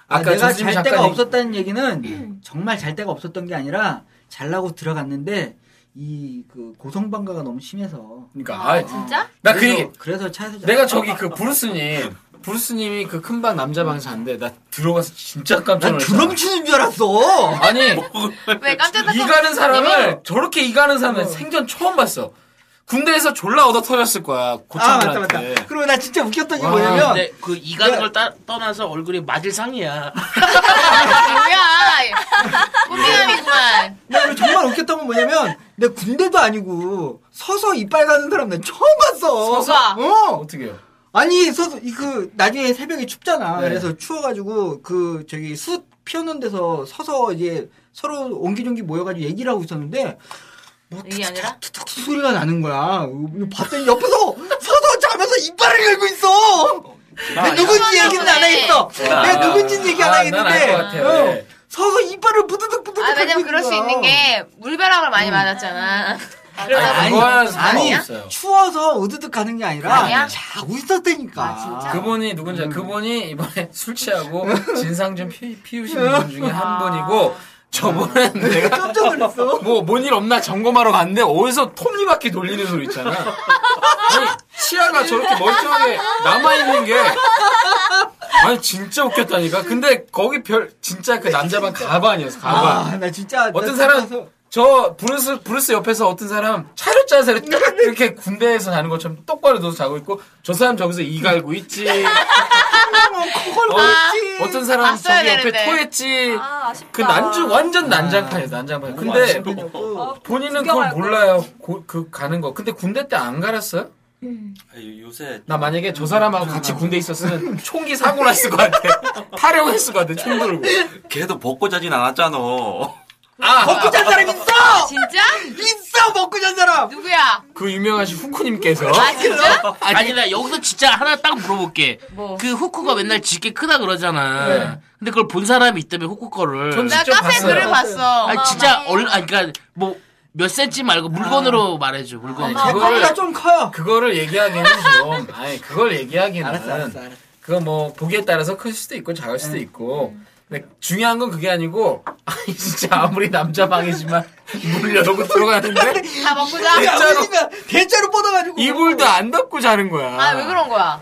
S10: 아,
S7: 아까
S10: 내가
S7: 조수님
S10: 잘
S7: 잠깐
S10: 데가
S7: 얘기- 네.
S10: 없었다는 얘기는 정말 잘 데가 없었던 게 아니라 잘라고 들어갔는데 이 그 고성방가가 너무 심해서
S7: 그러니까 아이,
S11: 어, 진짜?
S7: 나그
S10: 음. 그래서-
S7: 얘기-
S10: 그래서 차에서 잤어요.
S7: 내가 저기 그 브루스님 브루스님이 그 큰 방 남자 방 잤는데 나 들어가서 진짜 깜짝
S10: 난뭐
S7: 놀랐어.
S10: 드럼 치는 줄 알았어.
S7: 아니
S8: 음.
S11: 왜 깜짝 놀랐어?
S7: 이가는 사람을 저렇게 이가는
S10: 어.
S7: 사람을 생전 처음 봤어. 군대에서 졸라 얻어 터졌을 거야
S10: 아 맞다
S7: 고참들한테.
S10: 맞다. 그리고 나 진짜 웃겼던 게
S7: 와,
S10: 뭐냐면
S8: 근데 그 이가는 걸 따- 떠나서 얼굴이 맞을 상이야.
S11: 아, 뭐야? 꽃미남이구만.
S10: 나 오늘 정말 웃겼던 건 뭐냐면 내 군대도 아니고 서서 이빨 가는 사람 난 처음 봤어.
S11: 서서?
S10: 어.
S7: 어떻게요?
S10: 아니 서서 이 그 나중에 새벽에 춥잖아.
S7: 네.
S10: 그래서 추워가지고 그 저기 숯 피었는 데서 서서 이제 서로 옹기종기 모여가지고 얘기를 하고 있었는데
S11: 이게 아니라?
S10: 툭툭 소리가 나는 거야. 봤더니 옆에서 서서 자면서 이빨을 열고 있어. 내 누군지 얘기는 안 하겠어.
S7: 아,
S10: 내가 누군지 얘기 안
S7: 아, 난알것
S10: 하겠는데
S7: 같아요.
S10: 어,
S7: 네.
S10: 서서 이빨을 부드득 부드득.
S11: 아, 왜냐면
S10: 하고
S11: 그럴 수
S10: 거야.
S11: 있는 게 물벼락을 많이 맞았잖아. 그러다
S7: 아니,
S11: 보니까
S7: 그거는 상관없어요.
S10: 추워서 우드득 가는 게 아니라
S11: 아니야? 아,
S10: 자고 있었다니까.
S7: 그분이 누군지 알아요? 그분이 이번에 <laughs> 술 취하고 진상 좀 피, 피우신 분 중에 한 분이고 저번에 내가
S10: 깜짝 놀랐어.
S7: 뭐뭔 일 없나 점검하러 갔는데 어디서 톱니바퀴 돌리는 소리 있잖아. 아니 치아가 저렇게 멀쩡하게 남아 있는 게 아니 진짜 웃겼다니까. 근데 거기 별 진짜 그 남자반 가반이었어 가반.
S10: 아, 나 진짜
S7: 어떤
S10: 나
S7: 사람
S10: 참아서-
S7: 저 브루스 브루스 옆에서 어떤 사람 차렷 자세로 딱 이렇게 군대에서 자는 것처럼 똑바로 누워서 자고 있고 저 사람 저기서 이 갈고 있지
S10: 그걸
S7: 어, 어떤 사람
S11: 봤어야
S7: 저기 옆에
S11: 되는데.
S7: 토했지
S9: 아, 아쉽다.
S7: 그 난주 완전 난장판이에요 난장판 근데
S10: 어,
S7: 본인은 그걸
S9: 구경할
S7: 몰라요 고- 그 가는 거 근데 군대 때 안 갈았어요?
S5: 아, 요새
S7: 나 만약에 저 사람하고 같이 군대 있었으면 총기 사고 났을 것 같아 <laughs> 타령했을 것 같아 총 들고 아,
S5: 걔도 벗고 자진 않았잖아.
S10: 먹고 잔 사람 있어!
S11: 진짜?
S10: 있어! 먹고 잔 사람!
S11: 누구야?
S7: 그 유명하신 후쿠님께서
S11: 아, 진짜?
S8: 아니, 나 여기서 진짜 하나 딱 물어볼게. 그 후쿠가 맨날 짙게 크다 그러잖아.
S7: 네.
S8: 근데 그걸 본 사람이 있다면 후쿠 거를.
S7: 전
S11: 나
S7: 직접
S11: 카페
S7: 봤어요.
S11: 글을 봤어.
S8: 아니, 진짜 얼, 아니, 그니까, 뭐, 몇 센치 말고 물건으로 말해줘,
S7: 아니,
S8: 물건.
S7: 그거를-
S10: 거보다 좀 커요.
S7: 그거를 얘기하기는 좀,
S10: <laughs>
S7: 아니, 그걸 얘기하기는.
S10: 알았어, 알았어, 알았어.
S7: 그거 뭐, 보기에 따라서 클 수도 있고, 작을 수도 있고. 근데 중요한 건 그게 아니고, <laughs> 아니, 진짜 아무리 남자 방이지만, 문 열고 들어가는데,
S11: 다 먹고
S10: 아,
S11: 자.
S10: 진짜 대자로 뻗어가지고.
S7: 이불도 안 덮고 자는 거야.
S11: 아, 왜 그런 거야?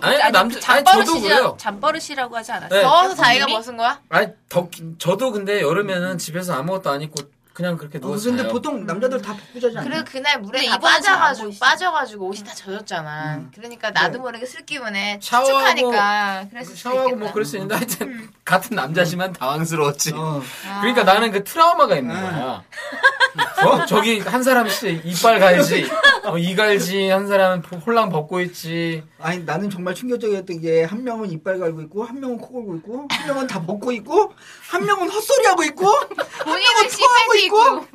S7: 아니, 남자, 아니, 저도 그래요.
S6: 잠버릇이라, 잠버릇이라고 하지 않았어?
S7: 네.
S11: 더워서 자기가 벗은 거야?
S7: 아니, 덥, 저도 근데 여름에는 집에서 아무것도 안 입고, 그냥 그렇게
S10: 어,
S7: 누워서.
S10: 근데
S7: 자요.
S10: 보통 남자들 다 벗고 자지 않아요?
S11: 그리고 그날 물에
S6: 근데
S11: 다
S6: 이번엔 잘안
S11: 빠져가지고
S6: 보이시죠?
S11: 빠져가지고 옷이 다 젖었잖아. 그러니까 나도 모르게 슬 기분에
S7: 샤워하고-
S11: 축축하니까 그래서
S7: 샤워하고 뭐 그럴 수 있는데,
S11: 음.
S7: 하여튼, 같은 남자지만 당황스러웠지.
S10: 어.
S7: 그러니까 나는 그 트라우마가 있는 거야. 어? 저기 한 사람씩 이빨 갈지, 어, 이 갈지, 한 사람은 보- 홀랑 벗고 있지.
S10: 아니 나는 정말 충격적이었던 게 한 명은 이빨 갈고 있고 한 명은 코 골고 있고 한 명은 다 벗고 있고 한 명은 헛소리 하고 있고
S11: 본인은
S10: 토하고
S11: 씨팬티 입고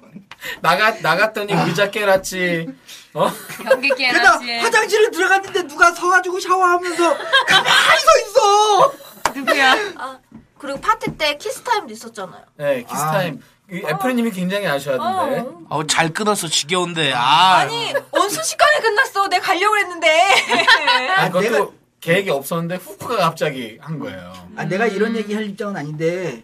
S7: 나가, 나갔더니 의자 깨놨지. 어?
S11: <laughs>
S6: 경기
S11: 예,
S10: 그러다
S6: 깨나지.
S10: 화장실에 들어갔는데 누가 서가지고 샤워하면서 가만히 서 있어.
S9: 그리고 파티 때 키스타임도 있었잖아요.
S7: 네, 키스타임. 이 애플님이 굉장히 아쉬워하던데.
S8: 어우, 잘 끊었어, 지겨운데. 아.
S9: 아니, 원순식간에 끝났어. 내가 가려고 했는데.
S7: 아, 그것도
S10: 내가-
S7: 계획이 없었는데 후크가 갑자기 한 거예요.
S10: 아, 내가 이런 얘기 할 입장은 아닌데,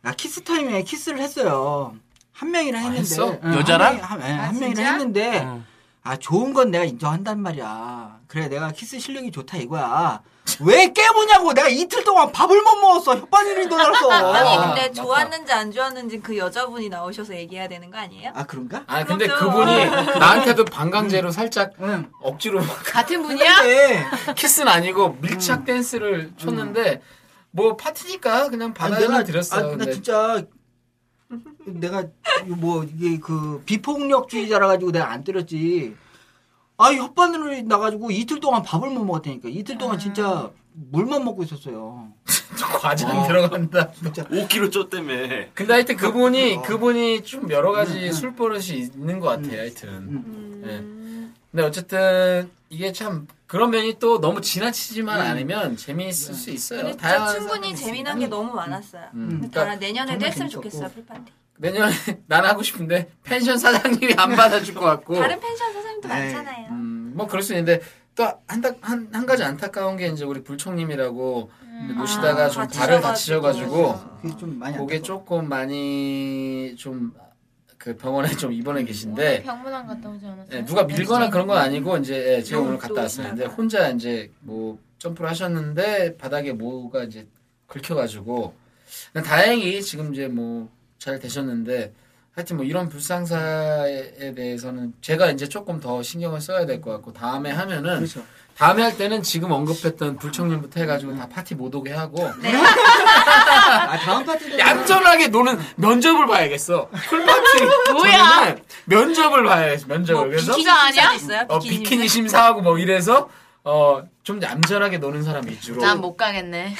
S10: 나 키스 타임에 키스를 했어요. 한 명이랑 했는데.
S7: 했어?
S10: 응,
S8: 여자랑?
S10: 한, 명, 한, 예, 한
S11: 진짜?
S10: 명이랑 했는데,
S8: 응.
S10: 아, 좋은 건 내가 인정한단 말이야. 그래, 내가 키스 실력이 좋다 이거야. 왜 깨보냐고! 내가 이틀 동안 밥을 못 먹었어! 혓바늘이
S9: 아니,
S10: 돌았어!
S9: <laughs> 근데 좋았는지 안 좋았는지 그 여자분이 나오셔서 얘기해야 되는 거 아니에요?
S10: 아, 그런가?
S7: 아, 근데
S9: 그럼요.
S7: 그분이 나한테도 방광제로 살짝
S10: 응.
S7: 억지로 <laughs>
S11: 같은 분이야?
S10: 근데,
S7: 키스는 아니고 밀착 댄스를 쳤는데, 뭐 파티니까 그냥
S10: 아니,
S7: 받아주면 드렸어요. 네.
S10: 아, 나
S7: 근데
S10: 진짜 내가 뭐 이게 그 비폭력주의자라 가지고 내가 안 때렸지. 아, 이 혓바늘이 나가지고 이틀 동안 밥을 못 먹었다니까. 이틀 동안
S9: 아.
S10: 진짜 물만 먹고 있었어요.
S7: 과장 들어간다.
S10: 진짜.
S5: 5kg 쪘다며.
S7: 근데 하여튼 그분이 그분이 좀 여러 가지 술버릇이 있는 것 같아요. 하여튼. 예. 근데 어쨌든 이게 참 그런 면이 또 너무 지나치지만 않으면 재미있을 수 있어요.
S9: 근데
S7: 다양한
S9: 진짜 충분히
S7: 사람이
S9: 재미난 게 너무 많았어요.
S7: 음.
S9: 근데
S7: 그러니까
S9: 나랑 아, 내년에도
S7: 정말
S9: 했으면
S7: 재밌었고.
S9: 좋겠어요, 풀파티.
S7: 내년에 <laughs> 난 하고 싶은데 펜션 사장님이 안 받아줄 것 같고.
S9: 다른 펜션 사장님도
S10: 네.
S9: 많잖아요.
S7: 음, 뭐 그럴 수 있는데 또한한 한 가지 안타까운 게 이제 우리 불청님이라고 모시다가
S9: 아,
S7: 좀
S9: 다치셔가지고.
S7: 발을 다치셔가지고
S10: 그게 좀 많이
S7: 그게 조금 많이 좀 그 병원에 좀 입원해 계신데
S10: 아,
S11: 병문안 갔다 오지 않았어요?
S7: 예, 네. 누가 밀거나 그런 건 아니고 이제 예, 제가 오늘 갔다 왔었는데 혼자 이제 뭐 점프를 하셨는데 바닥에 뭐가 이제 긁혀가지고 근데 다행히 지금 이제 뭐 잘 되셨는데 하여튼 뭐 이런 불상사에 대해서는 제가 이제 조금 더 신경을 써야 될 것 같고 다음에 하면은
S10: 그렇죠.
S7: 다음에 할 때는 지금 언급했던 불청님부터 해가지고
S10: 음.
S7: 다 파티 못 오게 하고
S10: 아, 다음 파티 때
S7: 얌전하게 노는 면접을 봐야겠어 풀파티
S11: 뭐야? 뭐
S7: 저는 면접을 봐야겠어 면접을 그래서
S11: 음, 비키가 아니야?
S9: 있어요?
S7: 어,
S9: 비키니
S7: 비키니 심사하고 뭐 이래서 어, 좀 얌전하게 노는 사람이 주로
S11: 난뭐 못 가겠네.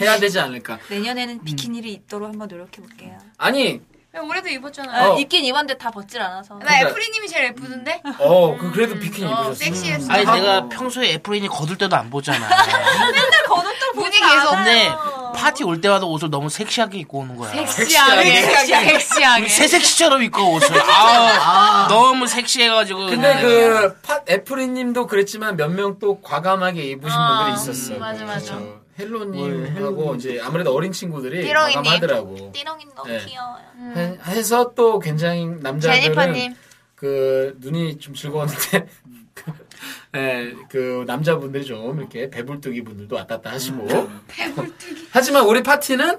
S7: 해야 되지 않을까.
S9: 내년에는 비키니를 입도록 한번 노력해 볼게요.
S7: 아니,
S11: 네, 올해도 입었잖아.
S9: 아,
S7: 어.
S9: 입긴 입었는데 다 벗질 않아서.
S11: 나 애프리님이 제일 예쁘던데? <laughs>
S7: 어, 그 그래도 비키니
S11: 어,
S7: 입으셨어.
S11: 섹시했어.
S8: 아니,
S7: 아,
S8: 내가
S7: 어.
S8: 평소에 애플인이 거둘 때도 안 보잖아.
S9: 맨날 걷었던
S11: 문이 계속
S8: 근데 파티 올 때마다 옷을 너무 섹시하게 입고 오는 거야.
S11: 섹시하게, 섹시하게. 섹시하게.
S8: 새섹시처럼 입고 옷을. 아, 너무 섹시해가지고.
S11: 음.
S7: 근데 그 팟, 애프리님도 그랬지만 몇 명 또 과감하게 입으신
S11: 아,
S7: 분들이 있었어요.
S11: 맞아, 맞아.
S7: 그렇죠. 헬로님하고 이제 아무래도 어린 친구들이
S11: 띠롱이님.
S7: 과감하더라고.
S9: 띠롱이 너무
S7: 네.
S9: 귀여워요.
S7: 해- 해서 또 굉장히 남자들은
S11: 제니퍼님.
S7: 그 눈이 좀 즐거웠는데 <laughs> 예, 그 남자분들이 좀 이렇게 배불뚝이 분들도 왔다 갔다 하시고
S9: 음.
S7: 배불뚝이 하지만 우리 파티는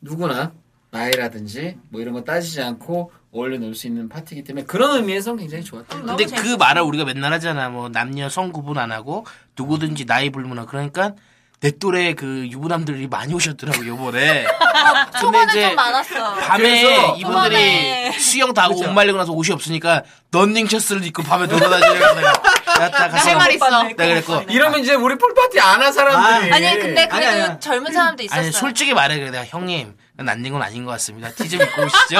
S7: 누구나 나이라든지 뭐 이런 거 따지지 않고 어울려 놀 수 있는 파티이기 때문에 그런 의미에서는
S9: 음,
S7: 굉장히 좋았다.
S8: 근데 그 말을 우리가 맨날 하잖아. 뭐 남녀 성 구분 안 하고 누구든지 나이 불문하. 그러니까 내 또래 그 유부남들이 많이 오셨더라고 요번에. 근데
S9: 좀 많았어.
S8: 밤에
S7: 그래서-
S8: 이분들이 수영 다 하고 옷 말리고 나서 옷이 없으니까 런닝 셔츠를 입고 밤에 돌아다니면서 내가 야다 가서
S11: 할말 있어.
S8: 내가 그랬고
S7: 이러면 이제 우리 풀파티 안 한 사람들이
S9: 아니 네, 근데 그래도
S10: 아니, 아니.
S9: 젊은 사람도 있었어요.
S8: 아니 솔직히 말해 그래 내가 형님 그건 안 된 건 아닌 것 같습니다. 티 좀 입고 오시죠.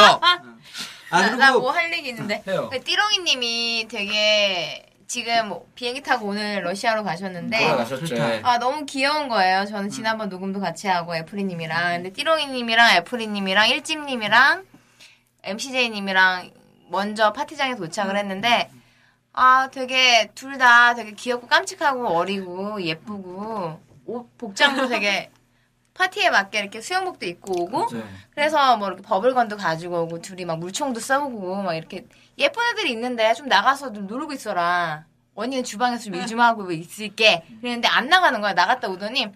S10: 아
S11: 나
S10: 그리고
S11: 뭐 할 얘기 있는데
S7: 해요.
S11: 그 띠롱이님이 되게 지금 비행기 타고 오늘 러시아로 가셨는데
S7: 돌아가셨죠. 예.
S11: 아 너무 귀여운 거예요. 저는 지난번 녹음도 같이 하고 애플이님이랑 근데 띠롱이님이랑 애플이님이랑 일찜님이랑 MCJ님이랑 먼저 파티장에 도착을 했는데 아 되게 둘 다 되게 귀엽고 깜찍하고 어리고 예쁘고 옷 복장도 되게 파티에 맞게 이렇게 수영복도 입고 오고 그래서 뭐 이렇게 버블건도 가지고 오고 둘이 막 물총도 싸우고 막 이렇게 예쁜 애들이 있는데 좀 나가서 좀 놀고 있어라. 언니는 주방에서 좀 일 좀 하고 있을게. 그랬는데 안 나가는 거야. 나갔다 오더니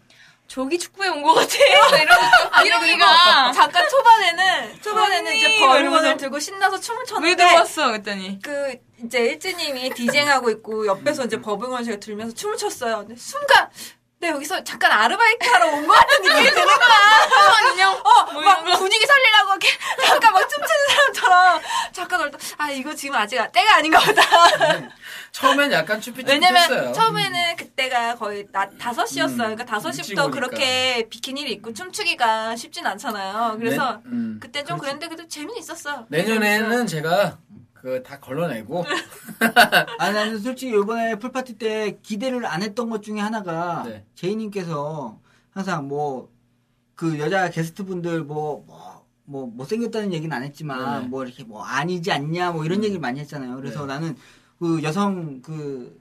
S11: 조기 축구에 온 것 같아.
S9: <laughs>
S11: 이러면서
S9: 아니 그리고
S11: 이러니까
S9: 잠깐 초반에는 초반에는
S6: 언니,
S9: 이제
S6: 이러면서.
S9: 벌건을 들고 신나서 춤을
S6: 왜
S9: 췄는데
S6: 들어왔어? 그랬더니
S9: 그 이제 일진님이 디쟁하고 있고 옆에서 이제 버블건 제가 들면서 춤을 췄어요. 근데 순간 내가 여기서 잠깐 아르바이트 하러 온 것 같은 느낌이 드는 거야. 인형? 어,
S6: 뭐
S9: 막 분위기 살리려고 이렇게 <laughs> 잠깐 막 춤추는 사람처럼 잠깐 올다. 아 이거 지금 아직 때가 아닌가 보다.
S7: 처음엔 약간 쭈피쭈피했어요. 음.
S9: 왜냐면 처음에는 그때가 거의 나, 5시였어요. 그러니까 5시부터
S7: 일찍 오니까.
S9: 그렇게 비키니를 입고 춤추기가 쉽진 않잖아요. 그래서 그때 좀 그랬는데 그래도 재미는 있었어요.
S7: 네. 음, 내년에는 제가 그 다 걸러내고
S10: 아 나는 솔직히 이번에 풀파티 때 기대를 안 했던 것 중에 하나가
S7: 네.
S10: 제이님께서 항상 뭐 그 여자 게스트분들 뭐 뭐 뭐 못생겼다는 얘기는 안 했지만
S7: 네.
S10: 뭐 이렇게 뭐 아니지 않냐 뭐 이런 얘기를 많이 했잖아요. 그래서
S7: 네.
S10: 나는 그 여성 그,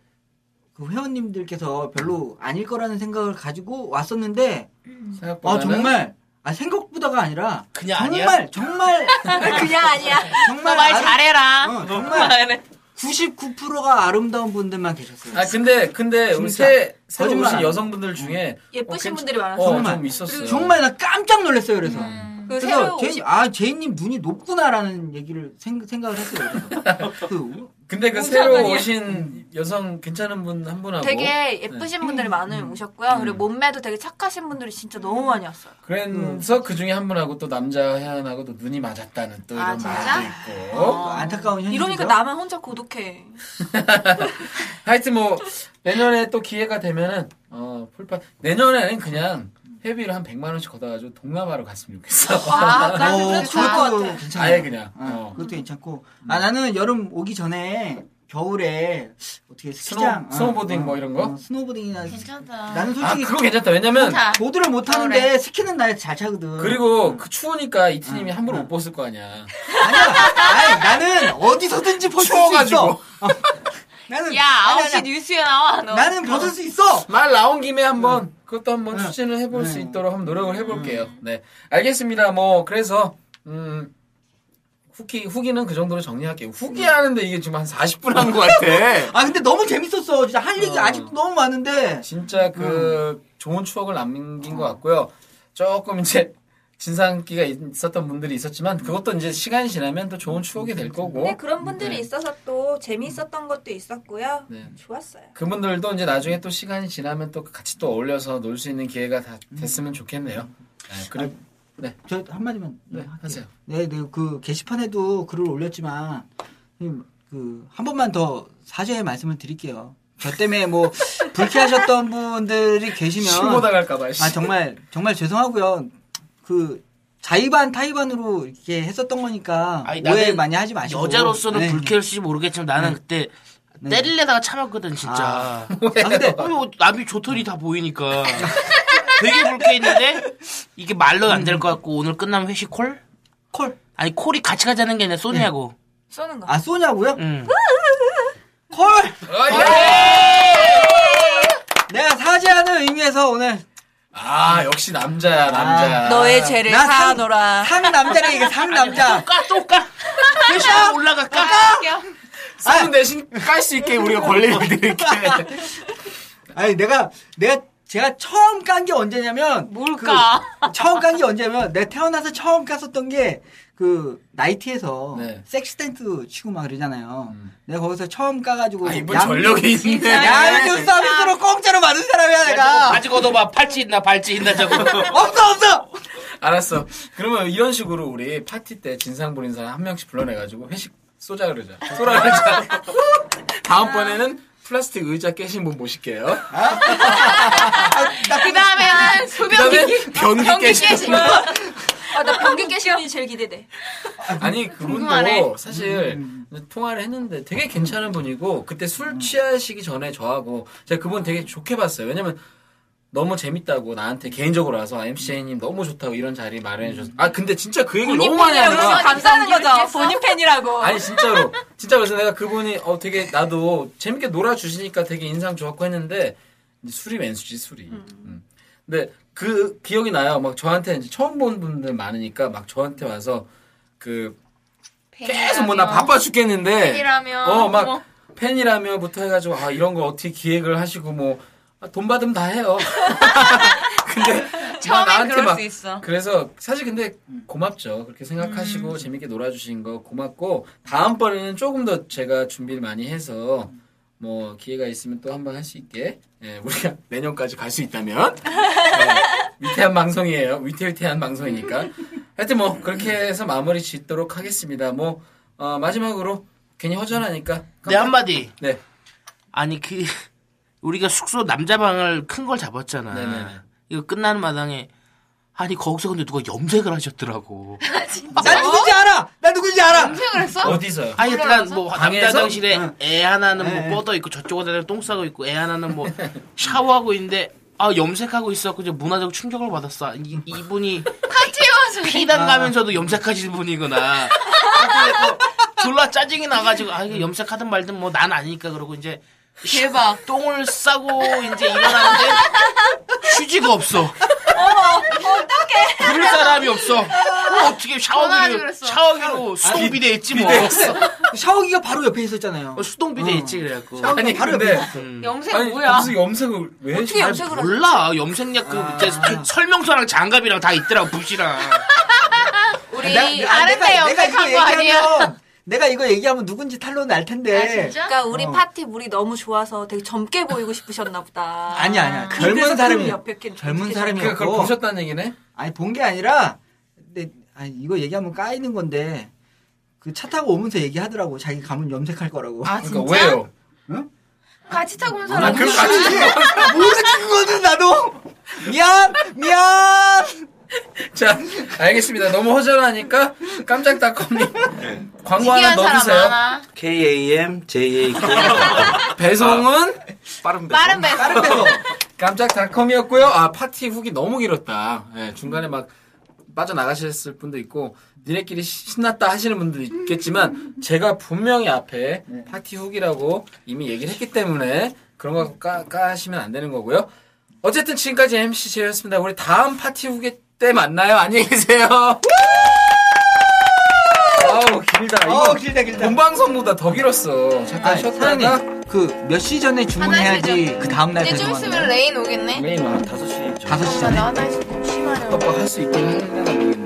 S10: 그 회원님들께서 별로 아닐 거라는 생각을 가지고 왔었는데
S9: 음.
S7: 생각보다
S10: 아 정말 아 생각보다가 아니라
S8: 그냥
S10: 정말
S8: 아니야.
S10: 정말
S7: <laughs>
S9: 그냥 아니야. 뭐
S10: 정말
S11: 너말
S10: 아름-
S11: 잘해라.
S10: 어, 정말
S7: 그
S10: 99%가 아름다운 분들만 계셨어요.
S7: 아 근데 근데 우리
S10: 진짜.
S7: 새 새로
S10: 거짓말
S7: 오신
S10: 안
S7: 여성분들 중에
S9: 예쁘신
S7: 어, 괜찮-
S9: 분들이 많았어요.
S7: 어,
S10: 정말.
S7: 좀 있었어요.
S10: 정말 나 깜짝 놀랐어요. 그래서
S9: 그
S10: 그래서
S9: 새로
S10: 제인
S9: 오신
S10: 아 제인님 눈이 높구나라는 얘기를 생, 각을 했어요. 그래서. 그,
S7: 근데 그
S9: 오지
S7: 새로
S9: 않았냐?
S7: 오신 여성 괜찮은 분 한 분하고
S9: 되게 예쁘신 분들이 많이 오셨고요. 그리고 몸매도 되게 착하신 분들이 진짜 너무 많이 왔어요.
S7: 그래서 그 중에 한 분하고 또 남자 회원하고 또 눈이 맞았다는 또
S9: 아,
S7: 이런
S9: 진짜? 어.
S7: 말도 있고
S10: 그 안타까운 현실.
S9: 이러니까 나만 혼자 고독해.
S7: 하여튼 뭐 내년에 또 기회가 되면은 어 풀파 내년에는 그냥 회비를 한 100만 원씩 걷어가지고 동남아로 갔으면 좋겠어.
S9: 아, 나
S10: 어,
S9: 그래도 좋을 것
S10: 그것도
S9: 같아.
S7: <laughs>
S10: 괜찮아.
S7: 아예 그냥
S10: 어,
S7: 어. 음.
S10: 그것도 괜찮고. 아 나는 여름 오기 전에 겨울에 어떻게 스키장,
S7: 스노- 스노보딩 뭐 이런 거?
S10: 스노보딩이나
S11: 괜찮다.
S10: 나는
S7: 아
S10: 솔직히
S7: 그거 괜찮다. 왜냐면
S11: 좋다.
S10: 보드를 못 타는데
S11: 겨울에.
S10: 스키는 나잘 차거든.
S7: 그리고 그 추우니까 이티님이 함부로 못 벗을 거 아니야.
S10: 아니야. 아니, 나는 어디서든지 벗을 수
S7: 추워가지고.
S10: 있어. 어. 나는
S11: 야
S10: 아니,
S11: 9시
S10: 아니,
S11: 뉴스에 나와 너.
S10: 나는 벗을 수 있어.
S7: 말 나온 김에 한번 그것도 한번
S10: 네.
S7: 추진을 해볼 수
S10: 네. 음.
S7: 있도록 한번 노력을 해볼게요. 네, 알겠습니다. 뭐 그래서 음 후기 후기는 그 정도로 정리할게요. 후기 하는데 이게 지금 한 40분 한 것 같아.
S10: 아 근데 너무 재밌었어. 진짜 할 얘기
S7: 어.
S10: 가 아직도 너무 많은데.
S7: 진짜 그
S10: 음.
S7: 좋은 추억을 남긴 것 같고요. 조금 이제 진상기가 있었던 분들이 있었지만 그것도 이제 시간이 지나면 또 좋은 추억이 될 거고
S10: 어?
S9: 네, 그런 분들이
S7: 네.
S9: 있어서 또 재미있었던 것도 있었고요.
S7: 네.
S9: 좋았어요.
S7: 그분들도 이제 나중에 또 시간이 지나면 또 같이 또 어울려서 놀 수 있는 기회가 다
S10: 음.
S7: 됐으면 좋겠네요. 네, 그리고
S10: 저 한마디만
S7: 네,
S10: 할게요.
S7: 하세요.
S10: 아, 네, 네, 그 게시판에도 글을 올렸지만 그 한 번만 더 사죄의 말씀을 드릴게요. 저 때문에
S8: <laughs>
S10: 뭐 불쾌하셨던 분들이
S7: 신고
S10: 계시면
S7: 당할까봐.
S10: 아 정말 정말 죄송하고요. 그 자의반 타의반으로 이렇게 했었던 거니까
S8: 아니,
S10: 오해
S8: 나는
S10: 많이 하지 마시고
S8: 여자로서는
S10: 네.
S8: 불쾌할지 모르겠지만 나는 그때
S10: 네.
S8: 때릴려다가 참았거든 진짜. <laughs>
S10: 아, 근데
S8: 아니 뭐 남이 조털이 다 보이니까 되게 불쾌했는데 이게 말로 안 될 것 같고 오늘 끝나면 회식 콜?
S10: 콜.
S8: 아니 콜이 같이 가자는 게 아니라 쏘냐고.
S9: 쏘는 거.
S10: 아 쏘냐고요?
S8: 응.
S10: 콜.
S7: 아, 예!
S10: 내가 사죄하는 의미에서 오늘
S7: 아 역시 남자야 남자야.
S9: 너의 죄를
S10: 나 상-
S9: 사노라.
S10: 상 남자네 이게 상
S11: <laughs>
S10: 남자.
S11: 뭐.
S8: 까, 또 까. 회식 올라갈까?
S7: 쏘는 아, 대신 깔 수 있게 우리가 권리를 드릴게. 아,
S10: 아니 내가 내가 제가 처음 깐 게 언제냐면
S11: 뭐.
S10: 뭘까? 처음 깐 게 언제냐면 내가 태어나서 처음 깠었던 게 그 나이트에서
S7: 네. 음.
S10: 섹시 댄스 치고 막 그러잖아요. 내가 거기서 처음 까가지고
S7: 아 이분
S10: 양-
S7: 전력이 있네.
S10: 양육 서비스로 공짜로 받은 사람이야 내가.
S8: 가지고 너봐 팔찌 있나 발찌 있나 자고.
S10: 없어 없어.
S7: 알았어. 그러면 이런 식으로 우리 파티 때 진상 부린 사람 한 명씩 불러내가지고 회식 쏘자 그러자. 쏘라 그러자. 다음번에는 플라스틱 의자 깨신 분 모실게요.
S11: 그 다음에 한 <laughs> 소변기
S7: 그다음에 변기
S11: 경기
S7: 깨신
S11: 깨신
S7: 분.
S9: 아, 나 변기 깨시는 제일 기대돼.
S11: <laughs>
S7: 아니 그분도
S11: 궁금하네. 음,
S7: 사실 통화를 했는데 되게 괜찮은 분이고 그때 술 취하시기 전에 저하고 제가 그분 되게 좋게 봤어요. 왜냐면 너무 재밌다고 나한테 개인적으로 와서 아, MC님 너무 좋다고 이런 자리 마련해
S11: 음.
S7: 주셔서 아 근데 진짜 그 얘기를 너무 많이 하는 거야.
S9: 감사하는 거죠. 본인 팬이라고.
S7: <laughs> 아니 진짜로 진짜 그래서 내가 그분이 어 되게 나도 재밌게 놀아주시니까 되게 인상 좋았고 했는데 이제 술이 맨수지 술이 음. 근데 그 기억이 나요 막 저한테 이제 처음 본 분들 많으니까 막 저한테 와서 그 계속 뭐 나 바빠 죽겠는데
S11: 팬이라며. 뭐.
S7: 어막
S11: 어머.
S7: 팬이라며부터 해가지고 아 이런 거 어떻게 기획을 하시고 뭐 돈 받으면 다 해요 <laughs> 근데 아,
S11: 처음엔
S7: 나한테
S11: 그럴
S7: 막 아,
S11: 수 있어.
S7: 그래서 사실 근데 고맙죠. 그렇게 생각하시고 재밌게 놀아주신 거 고맙고 다음번에는 조금 더 제가 준비를 많이 해서 뭐 기회가 있으면 또 한 번 할 수 있게 예, 우리가 <laughs> 내년까지 갈 수 있다면 예, 위태한 방송이에요. 위태위태한 방송이니까 하여튼 뭐 그렇게 해서 마무리 짓도록 하겠습니다. 뭐 어, 마지막으로 괜히 허전하니까
S8: <laughs> 내 한마디.
S7: 네.
S8: 아니 그 우리가 숙소 남자방을 큰 걸 잡았잖아.
S7: 네네네.
S8: 이거 끝나는 마당에 아니 거기서 근데 누가 염색을 하셨더라고.
S11: 어?
S10: 난 누군지 알아. 난 누군지 알아.
S11: 염색을 했어?
S7: 어디서요?
S8: 아니 일단 뭐
S7: 방에서?
S8: 남자 화장실에
S10: 응.
S8: 애 하나는
S10: 네.
S8: 뭐 뻗어 있고 저쪽 화장실 똥 싸고 있고 애 하나는 뭐 샤워하고 있는데 아 염색하고 있어갖고 이제 문화적 충격을 받았어. 이,
S11: <laughs>
S8: 이분이 피난 가면서도 염색하실 분이구나. 그래서 졸라 짜증이 나가지고 아 이거 염색하든 말든 뭐 난 아니니까 그러고 이제
S11: 대박.
S8: 똥을 싸고 이제 일어나는데 휴지가 없어. 어머 어떡해. 부를 사람이 없어. 그럼 어떻게
S11: 전화하지
S8: 샤워기로
S11: 그랬어.
S8: 샤워기로 수동 비대 있지 뭐.
S10: 샤워기가 바로 옆에 있었잖아요.
S8: 어, 수동 비대 있지 그래갖고.
S7: 아니 근데
S11: 염색
S7: 아니
S11: 뭐야?
S7: 무슨 염색을 왜
S9: 어떻게 염색을 하지?
S8: 몰라 염색약 그 이제 서- 설명서랑 장갑이랑 다 있더라고 붓이랑.
S11: 우리
S10: 나- 나-
S11: 아랫배
S10: 내가- 내가
S11: 염색한
S10: 이거
S11: 거 아니야?
S10: 얘기하면- 내가 이거 얘기하면 누군지 탄로 날 텐데.
S11: 아 진짜?
S9: 그러니까
S10: 어.
S9: 우리 파티 물이 너무 좋아서 되게 젊게 보이고 싶으셨나 보다.
S10: 아니 아니야. 젊은
S9: 그래서
S10: 사람이
S9: 그 옆에 이렇게
S10: 젊은
S9: 이렇게
S10: 사람이었고.
S7: 그러니까 그걸 보셨다는 얘기네?
S10: 아니 본 게 아니라 근데 아니 이거 얘기하면 까이는 건데 그 차 타고 오면서 얘기하더라고. 자기 가면 염색할 거라고.
S11: 아 진짜?
S7: 그러니까 왜요?
S11: 같이 타고 온 사람
S7: 아, 그럼 같이
S10: 모르지 그거는 나도. 미안 미안.
S7: 자, 알겠습니다. 너무 허전하니까 깜짝 닷컴님 광고 뭐 하나
S11: 특이한 사람
S7: 넣어주세요.
S11: 많아.
S5: KAMJAK.
S7: 배송은
S5: 빠른 배.
S11: 빠른 배송.
S10: 다른 데서.
S7: 깜짝 닷컴이었고요. 아 파티 후기 너무 길었다. 예, 중간에 막 빠져나가셨을 분도 있고 니네끼리 시- 신났다 하시는 분도 있겠지만 제가 분명히 앞에
S10: 네.
S7: 파티 후기라고 이미 얘기를 했기 때문에 그런 거 까, 까시면 안 되는 거고요. 어쨌든 지금까지 MC 제이였습니다. 우리 다음 파티 후기 때 만나요. 안녕히 계세요.
S10: <laughs>
S7: 아우 길다.
S10: 어
S7: 이거
S10: 길다 길다.
S7: 본방송보다 더 길었어. 잠깐
S10: 아니 사장님
S7: 쉬었다가
S10: 그 몇 시 전에 주문해야지 그 다음 날
S11: 이제 좀 있으면 레인 오겠네.
S7: 메인 와
S10: 다섯 시
S11: 엄마
S10: 전에.
S11: 나 화장실 좀 심하려.
S7: 떡밥 할수 있긴 한데